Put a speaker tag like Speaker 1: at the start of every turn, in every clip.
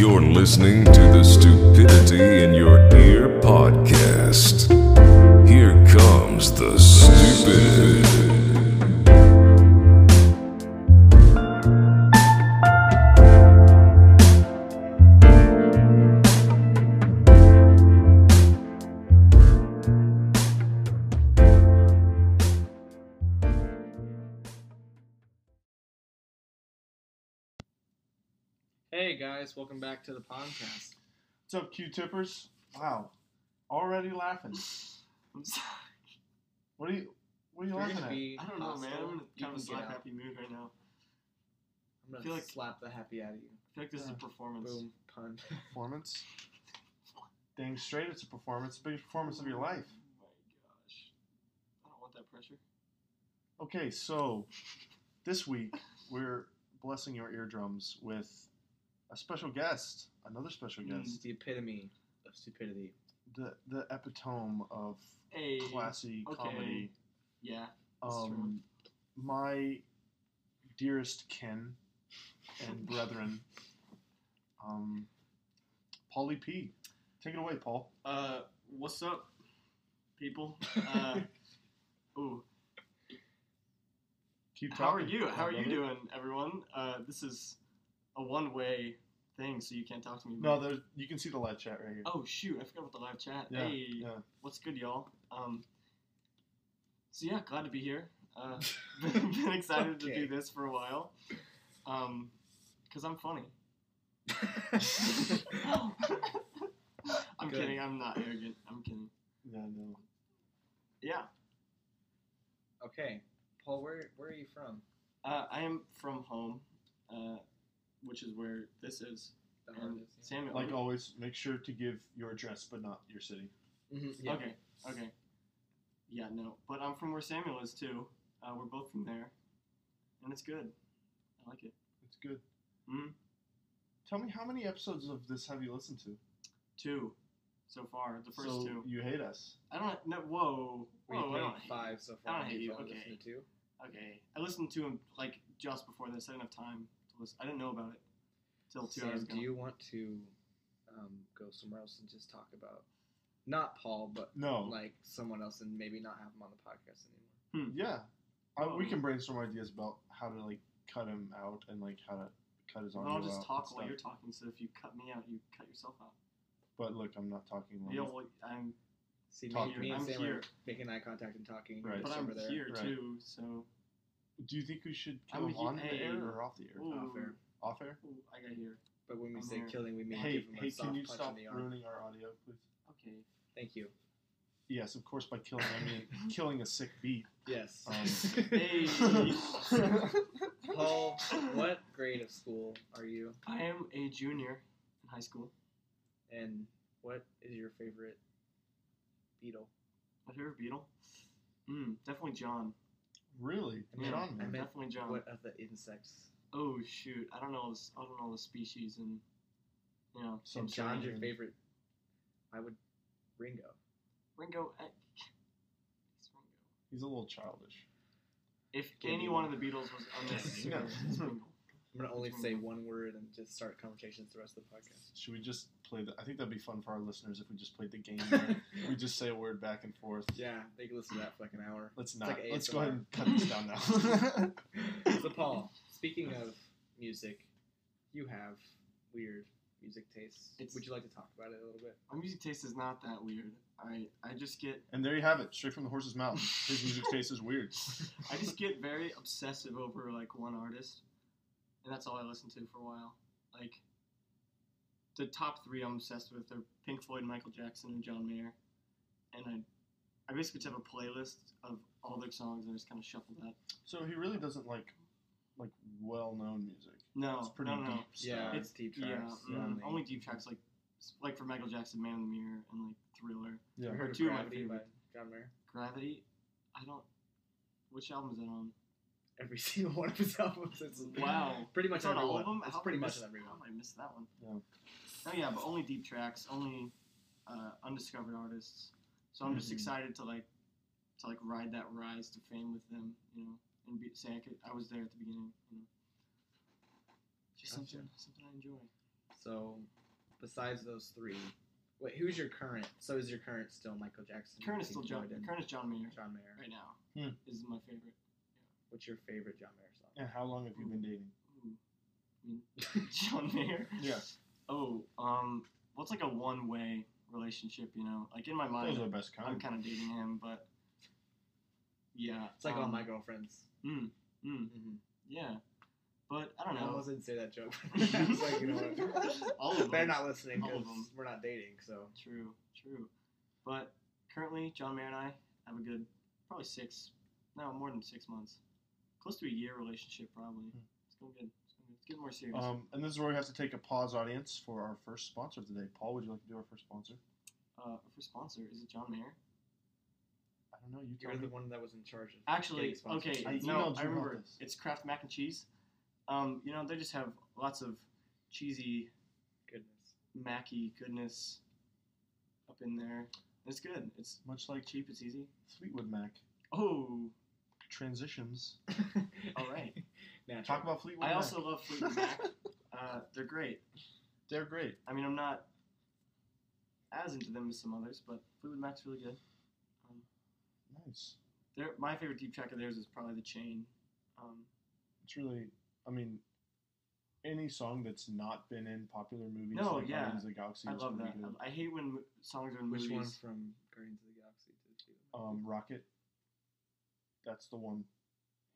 Speaker 1: listening to the Stupidity in Your Ear podcast. Here comes the stupid.
Speaker 2: Hey guys, welcome back to the podcast.
Speaker 3: What's up, Q Tippers? Wow, already laughing.
Speaker 4: I'm sorry.
Speaker 3: What are you? What are you
Speaker 2: We're
Speaker 3: laughing
Speaker 2: gonna
Speaker 3: at?
Speaker 2: be
Speaker 4: I don't know, man.
Speaker 2: hostile.
Speaker 4: I'm
Speaker 2: You
Speaker 4: in a kind
Speaker 2: can
Speaker 4: of
Speaker 2: get
Speaker 4: slap
Speaker 2: out.
Speaker 4: happy mood right now.
Speaker 2: I'm gonna
Speaker 4: feel like-
Speaker 2: slap the happy out of you.
Speaker 4: I feel like this is
Speaker 3: Yeah.
Speaker 4: a performance.
Speaker 2: Boom pun.
Speaker 3: Performance. Dang straight, it's a performance. The biggest performance of your life.
Speaker 4: Oh my gosh. I don't want that pressure.
Speaker 3: Okay, so this week we're blessing your eardrums with a special guest, another special
Speaker 4: Mm.
Speaker 3: guest,
Speaker 2: It's the epitome of stupidity.
Speaker 3: the the epitome of
Speaker 4: Hey.
Speaker 3: classy
Speaker 4: okay.
Speaker 3: comedy.
Speaker 4: Yeah. That's
Speaker 3: Um, my dearest kin and brethren, um, Paulie P. Take it away, Paul.
Speaker 4: Uh, what's up, people? Uh, ooh.
Speaker 3: Keep
Speaker 4: How are
Speaker 3: talking,
Speaker 4: you?
Speaker 3: my
Speaker 4: How are you
Speaker 3: brother.
Speaker 4: doing, everyone? Uh, this is a one-way thing, so you can't talk to me.
Speaker 3: No,
Speaker 4: but-
Speaker 3: there's, you can see the live chat right here.
Speaker 4: Oh shoot! I forgot about the live chat.
Speaker 3: yeah,
Speaker 4: hey.
Speaker 3: yeah.
Speaker 4: What's good, y'all? Um, so yeah, glad to be here. Uh, been, been excited to
Speaker 2: Okay.
Speaker 4: do this for a while, Um cause I'm funny. I'm
Speaker 2: Good.
Speaker 4: kidding. I'm not arrogant. I'm kidding.
Speaker 3: Yeah, no.
Speaker 4: Yeah,
Speaker 2: okay, Paul, where where are you from?
Speaker 4: uh, I am from home, uh, which is where this is.
Speaker 2: The
Speaker 4: And
Speaker 2: hardest, yeah.
Speaker 4: Samuel.
Speaker 3: Like always, make sure to give your address, but not your city.
Speaker 2: Mhm, yeah.
Speaker 4: Okay. Okay. Yeah. No. But I'm from where Samuel is too. Uh, we're both from there, and it's good. I like it.
Speaker 3: It's good.
Speaker 4: Mhm.
Speaker 3: Tell me, how many episodes of this have you listened to?
Speaker 4: Two, so far. The first
Speaker 3: so
Speaker 4: two.
Speaker 3: you hate us.
Speaker 4: I don't. No. Whoa.
Speaker 2: We've
Speaker 4: Whoa. I
Speaker 2: made
Speaker 4: don't hate
Speaker 2: five so far.
Speaker 4: Oh, I don't
Speaker 2: and
Speaker 4: hate
Speaker 2: you've
Speaker 4: you,
Speaker 2: only
Speaker 4: okay.
Speaker 2: listened to two.
Speaker 4: Okay. I listened to him like just before this. I didn't have time to listen. I didn't know about it till two hours
Speaker 2: Sam,
Speaker 4: ago.
Speaker 2: do you want to um, go somewhere else and just talk about not Paul, but
Speaker 3: No.
Speaker 2: like someone else, and maybe not have him on the podcast anymore?
Speaker 3: yeah. I, we
Speaker 2: Um,
Speaker 4: Oh.
Speaker 3: can brainstorm ideas about how to like cut him out and like how to cut his
Speaker 4: Well,
Speaker 3: audio
Speaker 4: I'll
Speaker 3: out and
Speaker 4: just talk while
Speaker 3: stuff.
Speaker 4: you're talking. So if you cut me out, you cut yourself out.
Speaker 3: But look, I'm not talking.
Speaker 4: You
Speaker 3: Long.
Speaker 4: don't. want- I'm.
Speaker 2: See,
Speaker 3: Talk
Speaker 2: me,
Speaker 3: here.
Speaker 2: me and
Speaker 4: I'm
Speaker 2: Sam are
Speaker 4: here.
Speaker 2: making eye contact and talking.
Speaker 3: Right.
Speaker 2: You're
Speaker 4: But
Speaker 2: just
Speaker 4: I'm
Speaker 2: over there.
Speaker 4: here
Speaker 3: Right.
Speaker 4: too. So.
Speaker 3: Do you think we should
Speaker 4: I'm
Speaker 3: kill him
Speaker 4: a hu-
Speaker 3: on the
Speaker 4: hey.
Speaker 3: air or off the air?
Speaker 4: Ooh,
Speaker 2: off air.
Speaker 3: Off air.
Speaker 4: ooh, I got here.
Speaker 2: But when we
Speaker 4: I'm
Speaker 2: say
Speaker 4: here.
Speaker 2: killing, we mean
Speaker 3: Hey,
Speaker 2: give him a
Speaker 3: hey,
Speaker 2: soft
Speaker 3: can you
Speaker 2: punch
Speaker 3: stop
Speaker 2: in the arm.
Speaker 3: ruining our audio, please?
Speaker 4: Okay.
Speaker 2: Thank you.
Speaker 3: Yes, of course. By killing, I mean killing a sick beat.
Speaker 2: Yes.
Speaker 3: Um,
Speaker 4: Hey.
Speaker 2: Paul, what grade of school are you,
Speaker 4: I am a junior in high school.
Speaker 2: and what is your favorite beetle?
Speaker 4: My favorite Beatle. Mm, definitely John.
Speaker 3: Really,
Speaker 2: I mean,
Speaker 3: John,
Speaker 2: I
Speaker 3: man.
Speaker 2: mean- meant
Speaker 4: definitely John.
Speaker 2: What of the insects?
Speaker 4: Oh shoot! I don't know. This, I don't know the species and you know.
Speaker 3: So
Speaker 2: and John's your
Speaker 3: John.
Speaker 2: favorite. I would Ringo.
Speaker 4: Ringo. I, it's Ringo.
Speaker 3: He's a little childish.
Speaker 4: If
Speaker 2: Give me
Speaker 4: any one of
Speaker 2: one.
Speaker 4: the Beatles was unnecessary,
Speaker 3: No.
Speaker 4: it's Ringo.
Speaker 2: I'm gonna only say one word and just start conversations the rest of the
Speaker 3: Should we just play the? I think that'd be fun for our listeners if we just played the game.
Speaker 2: podcast.
Speaker 3: we just say a word back and forth.
Speaker 2: yeah, they can listen to that for like an hour.
Speaker 3: Let's
Speaker 2: like
Speaker 3: not. Let's go
Speaker 2: ASMR.
Speaker 3: ahead and cut this down now.
Speaker 2: so Paul, speaking of music, you have weird music tastes.
Speaker 4: It's-
Speaker 2: Would you like to talk about it a little bit?
Speaker 4: My music taste is not that weird. I I just get
Speaker 3: and there you have it, straight from the horse's mouth. His music taste is weird.
Speaker 4: I just get very obsessive over like one artist, and that's all I listen to for a while. Like the top three I'm obsessed with are Pink Floyd, Michael Jackson, and John Mayer, and I I basically just have a playlist of all their songs and I just kind of shuffle that.
Speaker 3: So he really doesn't like like well-known music.
Speaker 4: No,
Speaker 3: It's pretty
Speaker 4: no, no.
Speaker 3: deep. stuff.
Speaker 4: It's-
Speaker 2: deep
Speaker 4: Yeah,
Speaker 2: tracks.
Speaker 4: mm, only deep tracks like like for Michael Jackson, Man in the Mirror, and like Thriller.
Speaker 3: Yeah.
Speaker 2: I heard of
Speaker 4: Two of my
Speaker 2: Gravity by
Speaker 4: favorite.
Speaker 2: John Mayer.
Speaker 4: Gravity, I don't. Which album is that on?
Speaker 2: Every single one of his albums is
Speaker 4: Wow.
Speaker 2: pretty much
Speaker 4: It's on
Speaker 2: every
Speaker 4: all
Speaker 2: one.
Speaker 4: of them.
Speaker 2: It's
Speaker 4: How
Speaker 2: pretty
Speaker 4: did I
Speaker 2: much
Speaker 4: miss-
Speaker 2: on every
Speaker 4: How
Speaker 2: one.
Speaker 4: did I missed that one.
Speaker 3: Yeah.
Speaker 4: Oh yeah, but only deep tracks, only uh, undiscovered artists. So I'm
Speaker 2: Mm-hmm.
Speaker 4: just
Speaker 3: Mhm.
Speaker 4: excited to like to like ride that rise to fame with them, you know, and be, say I could I was there at the beginning, you know. Just
Speaker 2: Gotcha.
Speaker 4: something something I enjoy.
Speaker 2: So besides those three, wait, who's your current? So is your current still Michael Jackson?
Speaker 4: Current is still
Speaker 2: Pink
Speaker 4: John.
Speaker 2: Floyd, and
Speaker 4: Current is John Mayer
Speaker 2: John Mayer.
Speaker 4: right now.
Speaker 3: Hmm.
Speaker 4: Is my favorite.
Speaker 2: What's your favorite John Mayer song?
Speaker 3: And how long have you been dating?
Speaker 4: Ooh. I mean, John Mayer.
Speaker 3: Yeah.
Speaker 4: Oh, um, what's like a one-way relationship? You know, like in my mind,
Speaker 3: Those are the best
Speaker 4: I'm
Speaker 3: kind.
Speaker 4: kind of dating him, but yeah,
Speaker 2: It's like all
Speaker 4: um,
Speaker 2: my girlfriends.
Speaker 4: Mm, mm,
Speaker 2: Mhm.
Speaker 4: yeah, but I
Speaker 2: I
Speaker 4: don't know.
Speaker 2: almost didn't say that joke. I was like, you know what?
Speaker 4: All of
Speaker 2: They're
Speaker 4: them.
Speaker 2: not listening
Speaker 4: All of
Speaker 2: because
Speaker 4: them.
Speaker 2: we're not dating. So
Speaker 4: True, true. But currently, John Mayer and I have a good, probably six, no, more than six months, close to a year relationship, probably.
Speaker 3: Hmm.
Speaker 4: It's going good. It's going good. It's getting more serious.
Speaker 3: Um, and this is where we have to take a pause, audience, for our first sponsor of the day. Paul, would you like to do our first sponsor?
Speaker 4: uh, for sponsor, is it John Mayer?
Speaker 3: I don't know. You
Speaker 2: you're
Speaker 3: tell
Speaker 2: the
Speaker 3: me.
Speaker 2: one that was in charge of.
Speaker 4: Actually,
Speaker 2: getting sponsors.
Speaker 4: okay,
Speaker 3: I emailed you
Speaker 4: no,
Speaker 3: about
Speaker 4: I remember.
Speaker 3: this.
Speaker 4: It's Kraft mac and cheese. Um, you know, they just have lots of cheesy,
Speaker 2: Goodness.
Speaker 4: macky goodness up in there. It's good. It's
Speaker 3: Much like
Speaker 4: cheap. It's easy.
Speaker 3: Fleetwood Mac
Speaker 4: Oh,
Speaker 3: transitions.
Speaker 4: all right.
Speaker 2: Natural.
Speaker 3: Talk about Fleetwood
Speaker 4: I
Speaker 3: Mac.
Speaker 4: also love Fleetwood Mac. Uh, they're great.
Speaker 3: They're great.
Speaker 4: I mean, I'm not as into them as some others, but Fleetwood Mac's really good. Um,
Speaker 3: Nice.
Speaker 4: their, my favorite deep track of theirs is probably The Chain. Um,
Speaker 3: It's really, I mean, any song that's not been in popular movies
Speaker 4: No,
Speaker 3: like
Speaker 4: yeah.
Speaker 3: Guardians of the Galaxy
Speaker 4: I
Speaker 3: is
Speaker 4: love
Speaker 3: pretty
Speaker 4: that.
Speaker 3: good.
Speaker 4: I, I hate when mo- songs are in
Speaker 2: Which
Speaker 4: movies.
Speaker 2: one from Guardians of the Galaxy? Did you?
Speaker 3: Um, Rocket. That's the one.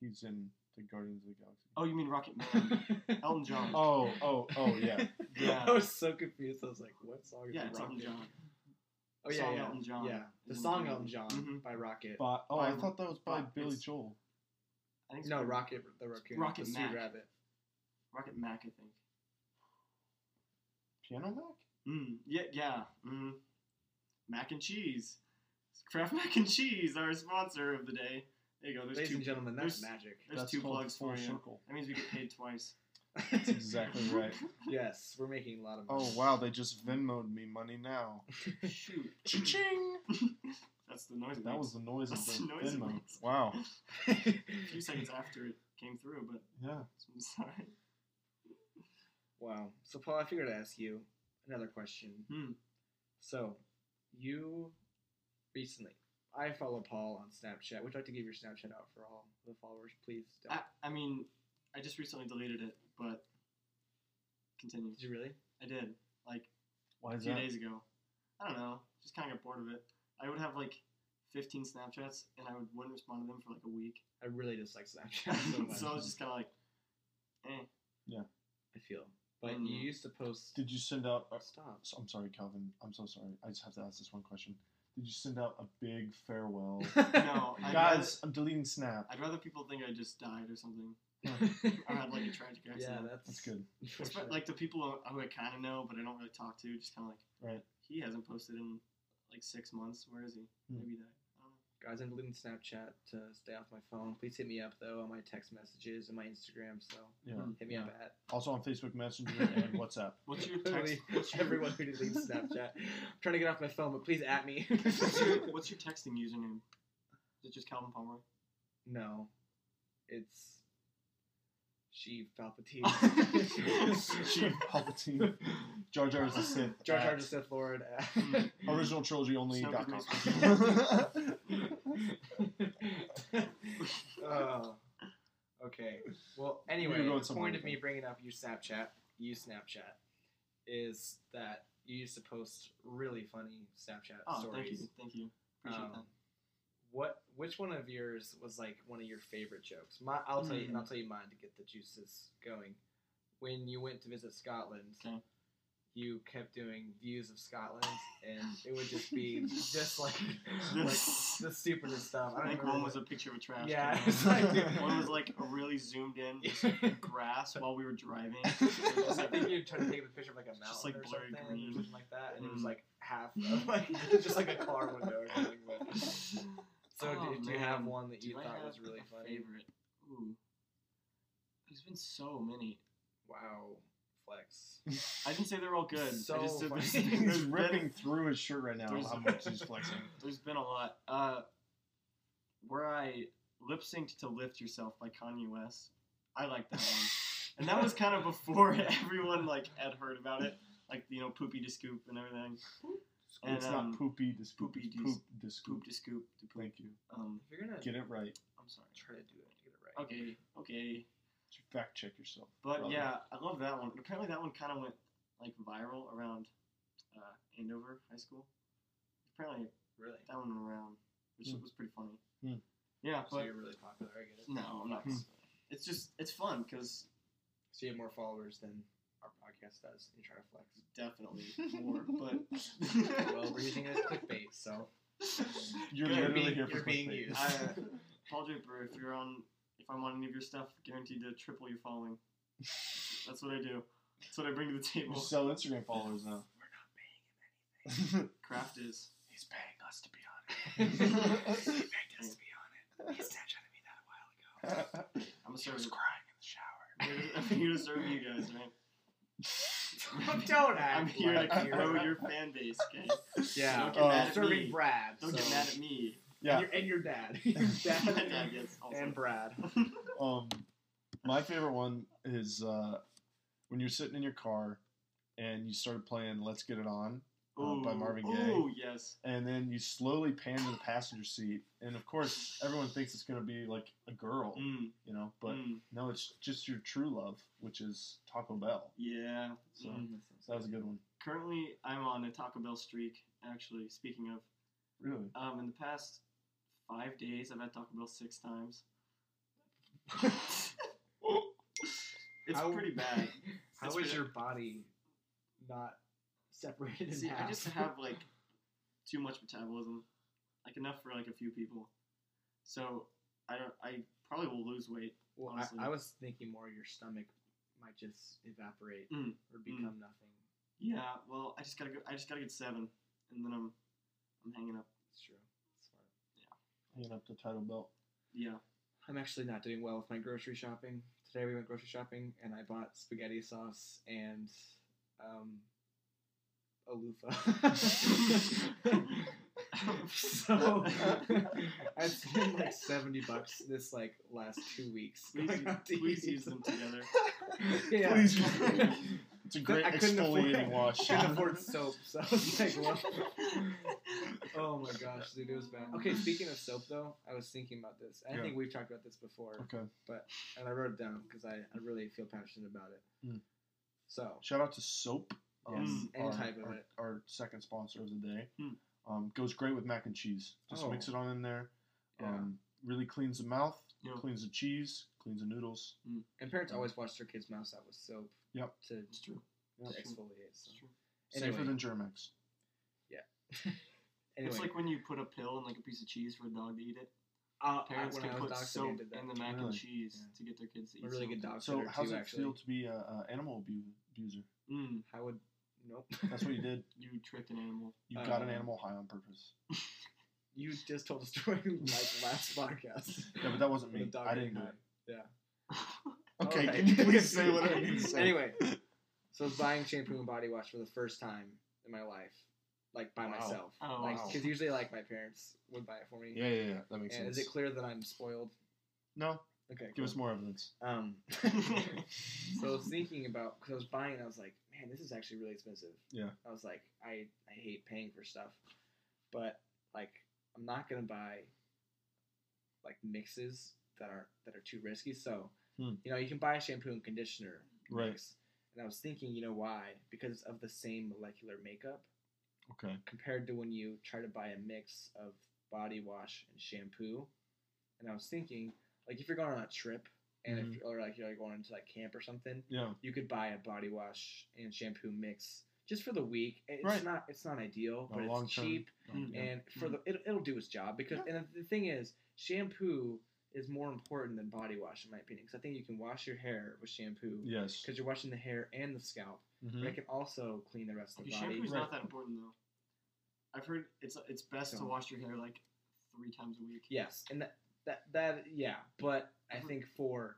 Speaker 3: He's in the Guardians of the Galaxy.
Speaker 4: Oh, you mean Rocket Man? Elton John.
Speaker 3: Oh, oh, oh, yeah.
Speaker 4: Yeah.
Speaker 2: I was so confused. I was like, what song is
Speaker 4: yeah, it's Elton
Speaker 2: Rocket?
Speaker 4: John.
Speaker 2: Oh, yeah,
Speaker 4: Song
Speaker 2: yeah.
Speaker 4: Elton John
Speaker 2: Yeah. The
Speaker 4: is
Speaker 2: song
Speaker 4: amazing.
Speaker 2: Elton John
Speaker 4: Mhm.
Speaker 2: by Rocket.
Speaker 3: By, oh, I
Speaker 4: By-
Speaker 3: thought that was by
Speaker 4: by-
Speaker 3: Billy
Speaker 4: it's-
Speaker 3: Joel.
Speaker 4: I think it's
Speaker 2: No, Rocket
Speaker 4: Rocket,
Speaker 2: the Raccoon.
Speaker 4: Rocket
Speaker 2: the Sea
Speaker 4: Mac.
Speaker 2: Rabbit.
Speaker 4: Rocket Mac, I think.
Speaker 3: Piano Mac?
Speaker 4: Mm, yeah, yeah. Mm. Mac and cheese. Kraft Mac and Cheese, our sponsor of the day. There you go. There's
Speaker 2: Ladies
Speaker 4: two.
Speaker 2: and gentlemen, that's
Speaker 4: there's-
Speaker 2: magic.
Speaker 4: There's
Speaker 3: That's
Speaker 4: two
Speaker 3: called
Speaker 4: plugs
Speaker 3: Full
Speaker 4: for you.
Speaker 3: Circle.
Speaker 4: That means we get paid twice.
Speaker 3: That's exactly right.
Speaker 2: yes, we're making a lot of money.
Speaker 3: Oh, wow, they just Venmoed me money now.
Speaker 4: Shoot.
Speaker 3: Ching!
Speaker 4: That's the noise. it
Speaker 3: That
Speaker 4: makes.
Speaker 3: was the noise of
Speaker 4: That's
Speaker 3: the
Speaker 4: the noise it
Speaker 3: Venmo.
Speaker 4: makes.
Speaker 3: Wow.
Speaker 4: a few seconds after it came through, but
Speaker 3: Yeah.
Speaker 4: I'm sorry.
Speaker 2: wow. So, Paul, I figured I'd ask you another question.
Speaker 4: Hmm.
Speaker 2: So, you recently, I follow Paul on Snapchat. Would you like to give your Snapchat out for all the followers, please?
Speaker 4: I, I mean, I just recently deleted it, but continue.
Speaker 2: Did you really?
Speaker 4: I did. Like,
Speaker 3: Why
Speaker 4: a
Speaker 3: is
Speaker 4: few
Speaker 3: that?
Speaker 4: days ago. I don't know. Just kind of got bored of it. I would have like 15 Snapchats, and I would, wouldn't respond to them for like a week.
Speaker 2: I really dislike Snapchat so much.
Speaker 4: so I was just kind of like, eh.
Speaker 2: I feel. But
Speaker 4: Mm.
Speaker 2: you used to post. Oh,
Speaker 3: Did you send out a
Speaker 2: Stop.
Speaker 3: So- I'm sorry, Calvin. I'm so sorry. I just have to ask this one question. Did you send out a big farewell?
Speaker 4: No, I-
Speaker 3: Guys, I'm deleting Snap.
Speaker 4: I'd rather people think I just died or something, or had like a tragic
Speaker 2: yeah,
Speaker 4: accident.
Speaker 2: that's
Speaker 3: That's good.
Speaker 4: It's
Speaker 2: unfortunate.
Speaker 4: but, like the people who I kind of know, but I don't really talk to, just kind of like,
Speaker 3: Right.
Speaker 4: he hasn't posted in like six months. Where is he?
Speaker 3: Hmm.
Speaker 4: Maybe that. I don't know.
Speaker 2: guys, I'm deleting Snapchat to stay off my phone. Please hit me up though on my text messages and my Instagram. So
Speaker 3: Yeah.
Speaker 4: Hmm.
Speaker 2: hit me up at
Speaker 3: Also on Facebook Messenger and WhatsApp.
Speaker 4: What's your
Speaker 2: Literally
Speaker 4: text? What's your,
Speaker 2: everyone who deletes Snapchat. I'm trying to get off my phone, but please at me.
Speaker 4: What's your, what's your texting username? Is it just Calvin Pomeroy?
Speaker 2: no, it's she Palpatine.
Speaker 3: Chief Palpatine. Jar Jar is the Sith.
Speaker 2: Jar Jar
Speaker 3: at Hmm.
Speaker 2: the Sith Lord.
Speaker 3: Original trilogy only.
Speaker 4: Snoke
Speaker 3: dot
Speaker 4: is
Speaker 3: com.
Speaker 2: oh, okay. Well,
Speaker 3: We
Speaker 2: anyway,
Speaker 3: were going
Speaker 2: the
Speaker 3: somewhere
Speaker 2: point
Speaker 3: with
Speaker 2: of me bringing up you Snapchat, you Snapchat, is that you used to post really funny Snapchat
Speaker 3: Ah,
Speaker 4: Oh, thank
Speaker 2: stories.
Speaker 4: you, thank you. Appreciate
Speaker 2: Um, What? Which one of yours was like one of your favorite jokes? My, I'll tell
Speaker 4: Hmm.
Speaker 2: you, and I'll tell you mine to get the juices going. When you went to visit Scotland,
Speaker 4: Okay.
Speaker 2: you kept doing views of Scotland, and it would just be just like, like
Speaker 4: This-
Speaker 2: the stupidest stuff.
Speaker 4: that. I think
Speaker 2: remember
Speaker 4: one
Speaker 2: the-
Speaker 4: was a picture of a trash
Speaker 2: yeah,
Speaker 4: can.
Speaker 2: it's like,
Speaker 4: One was like a really zoomed in just grass while we were driving. It was,
Speaker 2: I
Speaker 4: like,
Speaker 2: think you tried to take a picture of like a mountain
Speaker 4: Just, like,
Speaker 2: or
Speaker 4: blurry
Speaker 2: something,
Speaker 4: green.
Speaker 2: or something like that, and it was
Speaker 4: Mm.
Speaker 2: like half of like just like a car window. Or something. But- So
Speaker 4: Oh,
Speaker 2: do, do you have
Speaker 4: man.
Speaker 2: one that
Speaker 4: Do
Speaker 2: you
Speaker 4: I
Speaker 2: thought
Speaker 4: have
Speaker 2: was really
Speaker 4: a
Speaker 2: funny?
Speaker 4: Favorite. Ooh. There's been so many.
Speaker 2: Wow, flex.
Speaker 4: I didn't say they're all good. I
Speaker 2: So
Speaker 4: just said there's,
Speaker 2: funny.
Speaker 4: there's
Speaker 3: He's
Speaker 4: been-
Speaker 3: ripping through his shirt right now.
Speaker 4: There's-
Speaker 3: How much he's flexing.
Speaker 4: There's been a lot. Uh, where I lip synced to "Lift Yourself" by Kanye West. I like that one, and that was kind of before everyone like had heard about it. like you know poopy to scoop and everything. And,
Speaker 3: It's
Speaker 4: um,
Speaker 3: not poopy to scoop.
Speaker 4: poopy
Speaker 3: it's
Speaker 4: dis-
Speaker 3: poop to scoop.
Speaker 4: Poop to scoop to poop.
Speaker 3: Thank you.
Speaker 4: Um,
Speaker 2: If you're gonna
Speaker 3: Get it right.
Speaker 4: I'm sorry.
Speaker 2: try to do it, get it right.
Speaker 4: Okay, okay.
Speaker 3: Fact check yourself.
Speaker 4: But
Speaker 3: brother.
Speaker 4: yeah, I love that one. Apparently, that one kind of went like viral around uh, Andover High School. Apparently,
Speaker 2: Really?
Speaker 4: that one went around, which
Speaker 3: Hmm.
Speaker 4: was pretty funny.
Speaker 3: Hmm.
Speaker 4: Yeah,
Speaker 2: So
Speaker 4: but
Speaker 2: you're really popular. I get it.
Speaker 4: no, I'm not.
Speaker 3: Hmm.
Speaker 4: It's just it's fun because
Speaker 2: So you have more followers than our podcast does. You try to flex.
Speaker 4: definitely more. But
Speaker 2: Well, we're using it as clickbait, so
Speaker 3: You're
Speaker 4: You're
Speaker 3: literally
Speaker 2: being-
Speaker 3: here for
Speaker 2: you're being
Speaker 3: clickbait.
Speaker 2: used.
Speaker 4: I, Paul Draper, if you're on, if I'm on any of your stuff, guaranteed to triple your following. That's what I do. That's what I bring to the
Speaker 3: You
Speaker 4: table.
Speaker 3: sell Instagram followers now.
Speaker 2: we're not paying him anything.
Speaker 4: Craft is.
Speaker 2: He's paying us to be on
Speaker 3: it.
Speaker 2: he begged us to be on it. He Snapchatted me that a while ago.
Speaker 4: I'm a
Speaker 2: He
Speaker 4: server.
Speaker 2: was crying in the shower.
Speaker 4: I'm here to serve you guys, right?
Speaker 2: Don't act
Speaker 4: I'm here
Speaker 2: like
Speaker 4: to
Speaker 2: you're-
Speaker 4: grow your fan base, okay?
Speaker 2: Yeah,
Speaker 4: Don't get
Speaker 3: uh,
Speaker 4: mad at
Speaker 2: serving
Speaker 4: me.
Speaker 2: Brad.
Speaker 4: Don't
Speaker 2: so-
Speaker 4: get mad at me.
Speaker 3: yeah.
Speaker 2: And, your, and your dad. your
Speaker 4: My
Speaker 2: dad
Speaker 4: dad gets also-
Speaker 2: and Brad.
Speaker 3: Um, my favorite one is uh, when you're sitting in your car and you started playing "Let's Get It On" uh, by
Speaker 4: Ooh,
Speaker 3: Marvin Gaye.
Speaker 4: Ooh, yes.
Speaker 3: and then you slowly pan to the passenger seat, and of course everyone thinks it's gonna be like a girl,
Speaker 4: Mm,
Speaker 3: you know, but
Speaker 4: mm,
Speaker 3: no, it's just your true love, which is Taco Bell.
Speaker 4: yeah.
Speaker 3: So
Speaker 4: Mm.
Speaker 3: that was a good one,
Speaker 4: Currently, I'm on a Taco Bell streak, actually, speaking of.
Speaker 3: really.
Speaker 4: Um, in the past five days, I've had Taco Bell six times. it's
Speaker 2: How-
Speaker 4: pretty bad.
Speaker 2: How
Speaker 4: It's
Speaker 2: is
Speaker 4: really-
Speaker 2: your body not separated in
Speaker 4: See,
Speaker 2: half?
Speaker 4: I just have like too much metabolism, like enough for like a few people. So I don't. I probably will lose weight.
Speaker 2: Well,
Speaker 4: honestly.
Speaker 2: I, I was thinking more your stomach might just evaporate
Speaker 4: Mm,
Speaker 2: or become nothing.
Speaker 4: Yeah. Well, I just gotta go. I just gotta get seven, and then I'm I'm hanging up.
Speaker 2: It's true. It's smart.
Speaker 3: Hanging up the title belt.
Speaker 4: Yeah.
Speaker 2: I'm actually not doing well with my grocery shopping. Today we went grocery shopping and I bought spaghetti sauce and um, a loofah. so I've spent like 70 bucks this like last two weeks.
Speaker 4: Please,
Speaker 2: going out to
Speaker 4: please
Speaker 2: eat.
Speaker 4: use them together.
Speaker 2: Yeah.
Speaker 3: Please.
Speaker 2: I
Speaker 3: It's a great
Speaker 2: I couldn't afford-
Speaker 3: exfoliating wash.
Speaker 2: couldn't afford soap, so I was like, well, oh my gosh, dude, it was bad. Okay, speaking of soap though, I was thinking about this. I
Speaker 3: Yeah.
Speaker 2: think we've talked about this before.
Speaker 3: Okay.
Speaker 2: and I wrote it down because I, I really feel passionate about it.
Speaker 3: Mm.
Speaker 2: So
Speaker 3: Shout out to Soap. um,
Speaker 4: Yes,
Speaker 2: any
Speaker 3: our,
Speaker 2: type of
Speaker 3: our,
Speaker 2: it. Mm.
Speaker 3: our second sponsor of the day.
Speaker 4: Hmm.
Speaker 3: Um, goes great with mac and cheese. Just
Speaker 2: Oh.
Speaker 3: mix it on in there.
Speaker 2: Yeah.
Speaker 3: Um, really cleans the mouth,
Speaker 4: Yeah.
Speaker 3: cleans the cheese, cleans the noodles.
Speaker 2: and parents always wash their kids' mouths out with soap.
Speaker 3: Yep.
Speaker 2: To, to
Speaker 4: It's true.
Speaker 3: Yeah.
Speaker 4: That's true.
Speaker 2: exfoliate. So.
Speaker 4: It's true.
Speaker 3: Safer
Speaker 2: Anyway.
Speaker 3: than Germex.
Speaker 2: Anyway,
Speaker 4: It's like when you put a pill and like a piece of cheese for a dog to eat it.
Speaker 2: uh, I-
Speaker 4: Parents
Speaker 2: when
Speaker 4: can
Speaker 2: I was
Speaker 4: put
Speaker 2: dogs,
Speaker 4: soap
Speaker 2: did that.
Speaker 4: in the mac and
Speaker 3: Really?
Speaker 4: cheese
Speaker 2: Yeah.
Speaker 4: to get their kids to eat.
Speaker 2: I'm a really good
Speaker 4: soap.
Speaker 2: dog
Speaker 3: So,
Speaker 2: sitter
Speaker 3: how does
Speaker 2: too.
Speaker 3: it
Speaker 2: Actually,
Speaker 3: feel to be a, a animal abu- abuser?
Speaker 4: Mm,
Speaker 2: how would nope?
Speaker 3: That's what you did.
Speaker 4: you tricked an animal.
Speaker 3: You got
Speaker 2: Um,
Speaker 3: an animal high on purpose.
Speaker 2: you just told a story like last podcast.
Speaker 3: Yeah, but that wasn't
Speaker 2: With a
Speaker 3: me.
Speaker 2: dog
Speaker 3: I
Speaker 2: getting
Speaker 3: didn't do
Speaker 2: high.
Speaker 3: it. Okay, can you please say what I need to say?
Speaker 2: Anyway, so I was buying shampoo and body wash for the first time in my life, like by
Speaker 3: Wow.
Speaker 2: myself,
Speaker 4: Oh,
Speaker 2: like
Speaker 3: wow.
Speaker 2: because usually like my parents would buy it for me.
Speaker 3: Yeah, yeah, yeah. That makes
Speaker 2: And is
Speaker 3: sense.
Speaker 2: it clear that I'm spoiled?
Speaker 3: no,
Speaker 2: Okay.
Speaker 3: give us more evidence.
Speaker 2: Um, so I was thinking about because I was buying, and I was like, man, this is actually really expensive.
Speaker 3: Yeah.
Speaker 2: I was like, I I hate paying for stuff, but like I'm not gonna buy like mixes that are that are too risky. So
Speaker 3: Hmm.
Speaker 2: you know, you can buy a shampoo and conditioner
Speaker 3: Right.
Speaker 2: mix. And I was thinking, you know why? Because of the same molecular makeup
Speaker 3: Okay.
Speaker 2: compared to when you try to buy a mix of body wash and shampoo. And I was thinking, like, if you're going on a trip and
Speaker 3: Mm-hmm.
Speaker 2: if or like you're like, going into like camp or something,
Speaker 3: Yeah.
Speaker 2: you could buy a body wash and shampoo mix just for the week. It's
Speaker 3: Right.
Speaker 2: not it's not ideal,
Speaker 3: No,
Speaker 2: but
Speaker 3: long
Speaker 2: it's
Speaker 3: term,
Speaker 2: cheap
Speaker 4: Mm.
Speaker 3: Um, Yeah.
Speaker 2: and for the it, it'll do its job because and the thing is, shampoo is more important than body wash in my opinion because I think you can wash your hair with shampoo
Speaker 3: Yes.
Speaker 2: because you're washing the hair and the scalp,
Speaker 3: Mhm.
Speaker 4: Mm-hmm.
Speaker 2: but it can also clean the rest of the
Speaker 4: Okay,
Speaker 2: body.
Speaker 4: shampoo's
Speaker 3: Right.
Speaker 4: not that important though. I've heard it's it's best to
Speaker 2: Don't.
Speaker 4: wash your hair like three times a week.
Speaker 2: Yes, and that that that yeah, but I
Speaker 4: Mhm.
Speaker 2: think for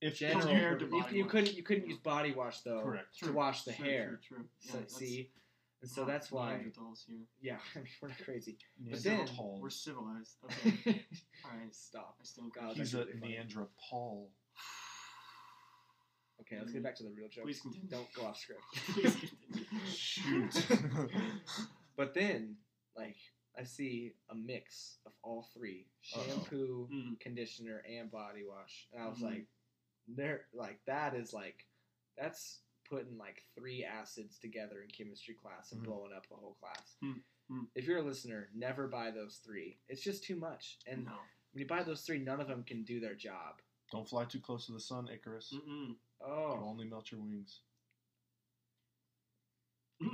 Speaker 3: If
Speaker 2: general,
Speaker 3: compared
Speaker 4: compared to
Speaker 2: you,
Speaker 4: body
Speaker 2: you
Speaker 4: wash.
Speaker 2: couldn't you couldn't use body wash though
Speaker 3: correct.
Speaker 2: to wash the
Speaker 4: True,
Speaker 2: hair.
Speaker 4: True, true. Yeah,
Speaker 2: So,
Speaker 4: that's-
Speaker 2: see, and so
Speaker 4: we're not
Speaker 2: that's why
Speaker 4: Neanderthals here.
Speaker 2: yeah, I mean we're not crazy.
Speaker 4: We're
Speaker 2: But then-
Speaker 3: Neanderthal.
Speaker 4: we're civilized. Okay, all right.
Speaker 2: Stop. Oh
Speaker 4: I still
Speaker 2: God,
Speaker 4: got
Speaker 2: that's
Speaker 3: He's a
Speaker 2: really funny.
Speaker 3: Neanderthal.
Speaker 2: Okay, let's get back to the real jokes.
Speaker 4: Please continue.
Speaker 2: Don't go off script.
Speaker 4: Please continue.
Speaker 3: Shoot.
Speaker 2: But then, like, I see a mix of all three shampoo,
Speaker 4: Mm.
Speaker 2: conditioner, and body wash. And I was
Speaker 4: Mhm.
Speaker 2: like, there, like, that is like, that's putting like three acids together in chemistry class and
Speaker 3: Mhm.
Speaker 2: blowing up the whole class.
Speaker 4: Mm. Mm.
Speaker 2: If you're a listener, never buy those three. It's just too much. And
Speaker 4: no.
Speaker 2: when you buy those three, none of them can do their job.
Speaker 3: Don't fly too close to the sun, Icarus.
Speaker 4: Mm-mm.
Speaker 3: It'll
Speaker 2: Mm, Oh,
Speaker 3: only melt your wings.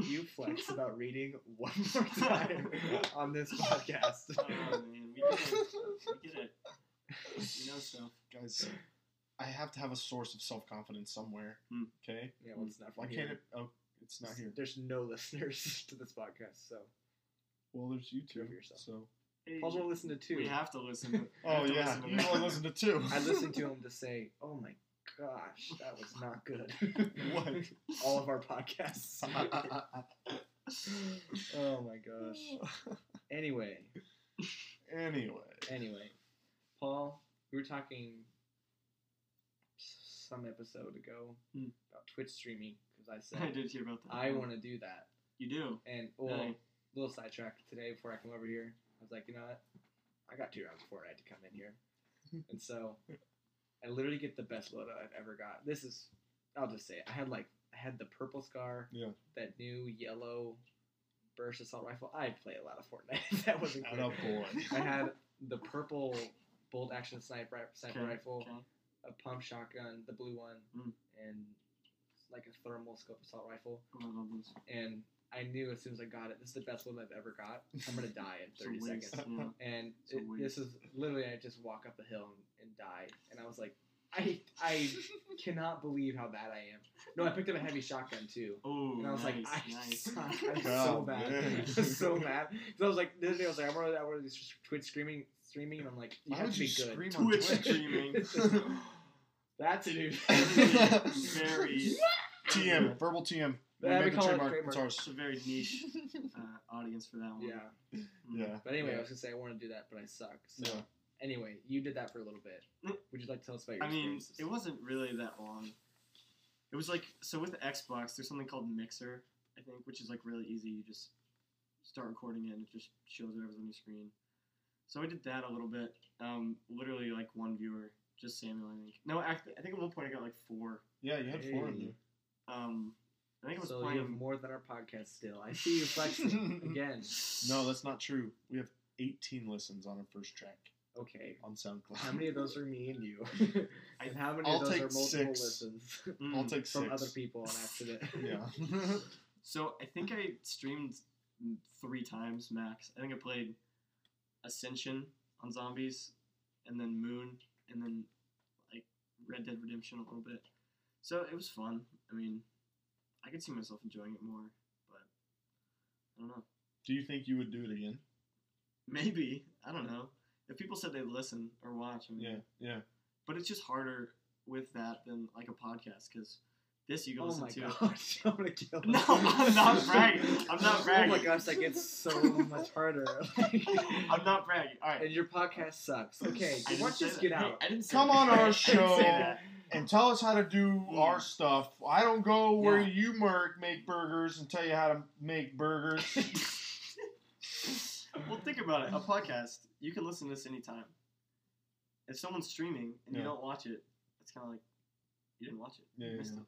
Speaker 2: you flex about reading one more time on this podcast.
Speaker 4: oh man, we get it. We get it. You know stuff.
Speaker 3: Guys, I have to have a source of self confidence somewhere.
Speaker 4: Hmm.
Speaker 3: Okay?
Speaker 2: Yeah, well, it's not from
Speaker 3: Why
Speaker 2: here.
Speaker 3: can't it? Oh, it's not here.
Speaker 2: There's no listeners to this podcast, so
Speaker 3: Well, there's you
Speaker 2: Go
Speaker 3: two.
Speaker 2: for yourself.
Speaker 3: So.
Speaker 4: Hey,
Speaker 2: Paul's gonna listen to two.
Speaker 4: We have to listen. To, we
Speaker 3: Oh
Speaker 4: have to
Speaker 3: yeah,
Speaker 4: listen to
Speaker 3: you
Speaker 4: that.
Speaker 3: only listen to two.
Speaker 2: I listened to him to say, "Oh my gosh, that was not good."
Speaker 3: what?
Speaker 2: All of our podcasts.
Speaker 4: Uh,
Speaker 2: oh my gosh. Anyway,
Speaker 3: anyway,
Speaker 2: anyway, Paul, we were talking s- some episode ago
Speaker 4: Hmm.
Speaker 2: about Twitch streaming because I said
Speaker 4: I did hear about that.
Speaker 2: I want to do that,
Speaker 4: You do.
Speaker 2: and well,
Speaker 4: Hey.
Speaker 2: little sidetrack today before I come over here. I was like, you know what? I got two rounds before I had to come in here. And so I literally get the best loadout I've ever got. This is, I'll just say, it. I had like, I had the purple scar,
Speaker 3: Yeah.
Speaker 2: that new yellow burst assault rifle. I play a lot of Fortnite. that wasn't
Speaker 3: out of
Speaker 2: clear.
Speaker 3: boy.
Speaker 2: I had the purple bolt action sniper, sniper
Speaker 4: Okay,
Speaker 2: rifle,
Speaker 4: okay. Oh,
Speaker 2: a pump shotgun, the blue one,
Speaker 4: Mm.
Speaker 2: and like a thermal scope assault rifle
Speaker 4: Oh, I love this.
Speaker 2: and I knew as soon as I got it, this is the best one I've ever got. I'm gonna die in 30
Speaker 4: It's a waste,
Speaker 2: seconds.
Speaker 4: yeah.
Speaker 2: And
Speaker 4: It's a
Speaker 2: it- this is literally, I just walk up a hill and, and die. And I was like, I I cannot believe how bad I am. No, I picked up a heavy shotgun too.
Speaker 4: Oh,
Speaker 2: And I was
Speaker 4: nice,
Speaker 2: like, I
Speaker 4: nice. Oh,
Speaker 2: suck. I'm so
Speaker 3: God,
Speaker 2: bad.
Speaker 3: man.
Speaker 2: I'm so mad. So I was like, the other day I was like, I want to, I want to do Twitch screaming, streaming, and I'm like, you
Speaker 3: Why
Speaker 2: have
Speaker 3: would
Speaker 2: to be
Speaker 3: you
Speaker 2: good.
Speaker 3: scream on
Speaker 4: Twitch
Speaker 3: Twitch?
Speaker 4: streaming.
Speaker 2: That's a new.
Speaker 4: very.
Speaker 3: TM, verbal TM. We
Speaker 2: Yeah, we
Speaker 3: made the
Speaker 2: call it
Speaker 3: trademark.
Speaker 2: trademark.
Speaker 3: It's
Speaker 4: It's
Speaker 3: ours.
Speaker 4: a very niche uh, audience for that one.
Speaker 2: yeah.
Speaker 4: Mm.
Speaker 3: Yeah.
Speaker 2: But anyway, I was gonna say I want to do that, but I suck. So
Speaker 3: Yeah.
Speaker 2: anyway, you did that for a little bit.
Speaker 4: Mm.
Speaker 2: Would you like to tell us about your
Speaker 4: I mean,
Speaker 2: experiences?
Speaker 4: it wasn't really that long. It was like so with the Xbox, there's something called Mixer, I think, which is like really easy. You just start recording it, and it just shows whatever's on your screen. So I did that a little bit. Um, literally like one viewer, just Samuel, I think. No, act- I think at one point I got like four.
Speaker 3: Yeah, you had four in
Speaker 2: Hey.
Speaker 4: Um, I think I was
Speaker 2: so you have
Speaker 4: playing.
Speaker 2: more than our podcast still. I see you flexing again.
Speaker 3: there. No, that's not true. We have 18 listens on our first track
Speaker 2: Okay.
Speaker 3: on SoundCloud.
Speaker 2: How many of those are me and you? and how many
Speaker 3: I'll
Speaker 2: of those
Speaker 3: take
Speaker 2: are multiple
Speaker 3: six.
Speaker 2: listens
Speaker 4: Mm.
Speaker 3: I'll take six.
Speaker 2: from other people on accident?
Speaker 3: Yeah.
Speaker 4: So I think I streamed three times max. I think I played Ascension on zombies, and then Moon, and then like Red Dead Redemption a little bit. So it was fun. I mean, I could see myself enjoying it more, but I don't know.
Speaker 3: Do you think you would do it again?
Speaker 4: Maybe I don't know. If people said they'd listen or watch, I mean,
Speaker 3: Yeah, yeah.
Speaker 4: But it's just harder with that than like a podcast because this you can
Speaker 2: oh
Speaker 4: listen
Speaker 2: my
Speaker 4: to.
Speaker 2: gosh, I'm gonna kill
Speaker 4: No, I'm not bragging. I'm not bragging.
Speaker 2: Oh my gosh, that gets so much harder.
Speaker 4: I'm not bragging. All right.
Speaker 2: and your podcast sucks. Okay,
Speaker 4: I didn't
Speaker 2: why don't
Speaker 4: say
Speaker 2: you just
Speaker 4: that.
Speaker 2: get
Speaker 4: Hey,
Speaker 2: out?
Speaker 4: I didn't say
Speaker 3: Come
Speaker 4: that.
Speaker 3: on
Speaker 4: I
Speaker 3: our
Speaker 4: didn't say
Speaker 3: show
Speaker 4: that.
Speaker 3: and tell us how to do
Speaker 4: Mm.
Speaker 3: our stuff. I don't go where
Speaker 4: Yeah.
Speaker 3: you Merc make burgers and tell you how to make burgers.
Speaker 4: well, think about it. A podcast, you can listen to this anytime. If someone's streaming and
Speaker 3: Yeah.
Speaker 4: you don't watch it, it's kind of like you didn't watch it.
Speaker 3: Yeah,
Speaker 4: You
Speaker 3: yeah,
Speaker 4: missed
Speaker 3: yeah.
Speaker 4: it.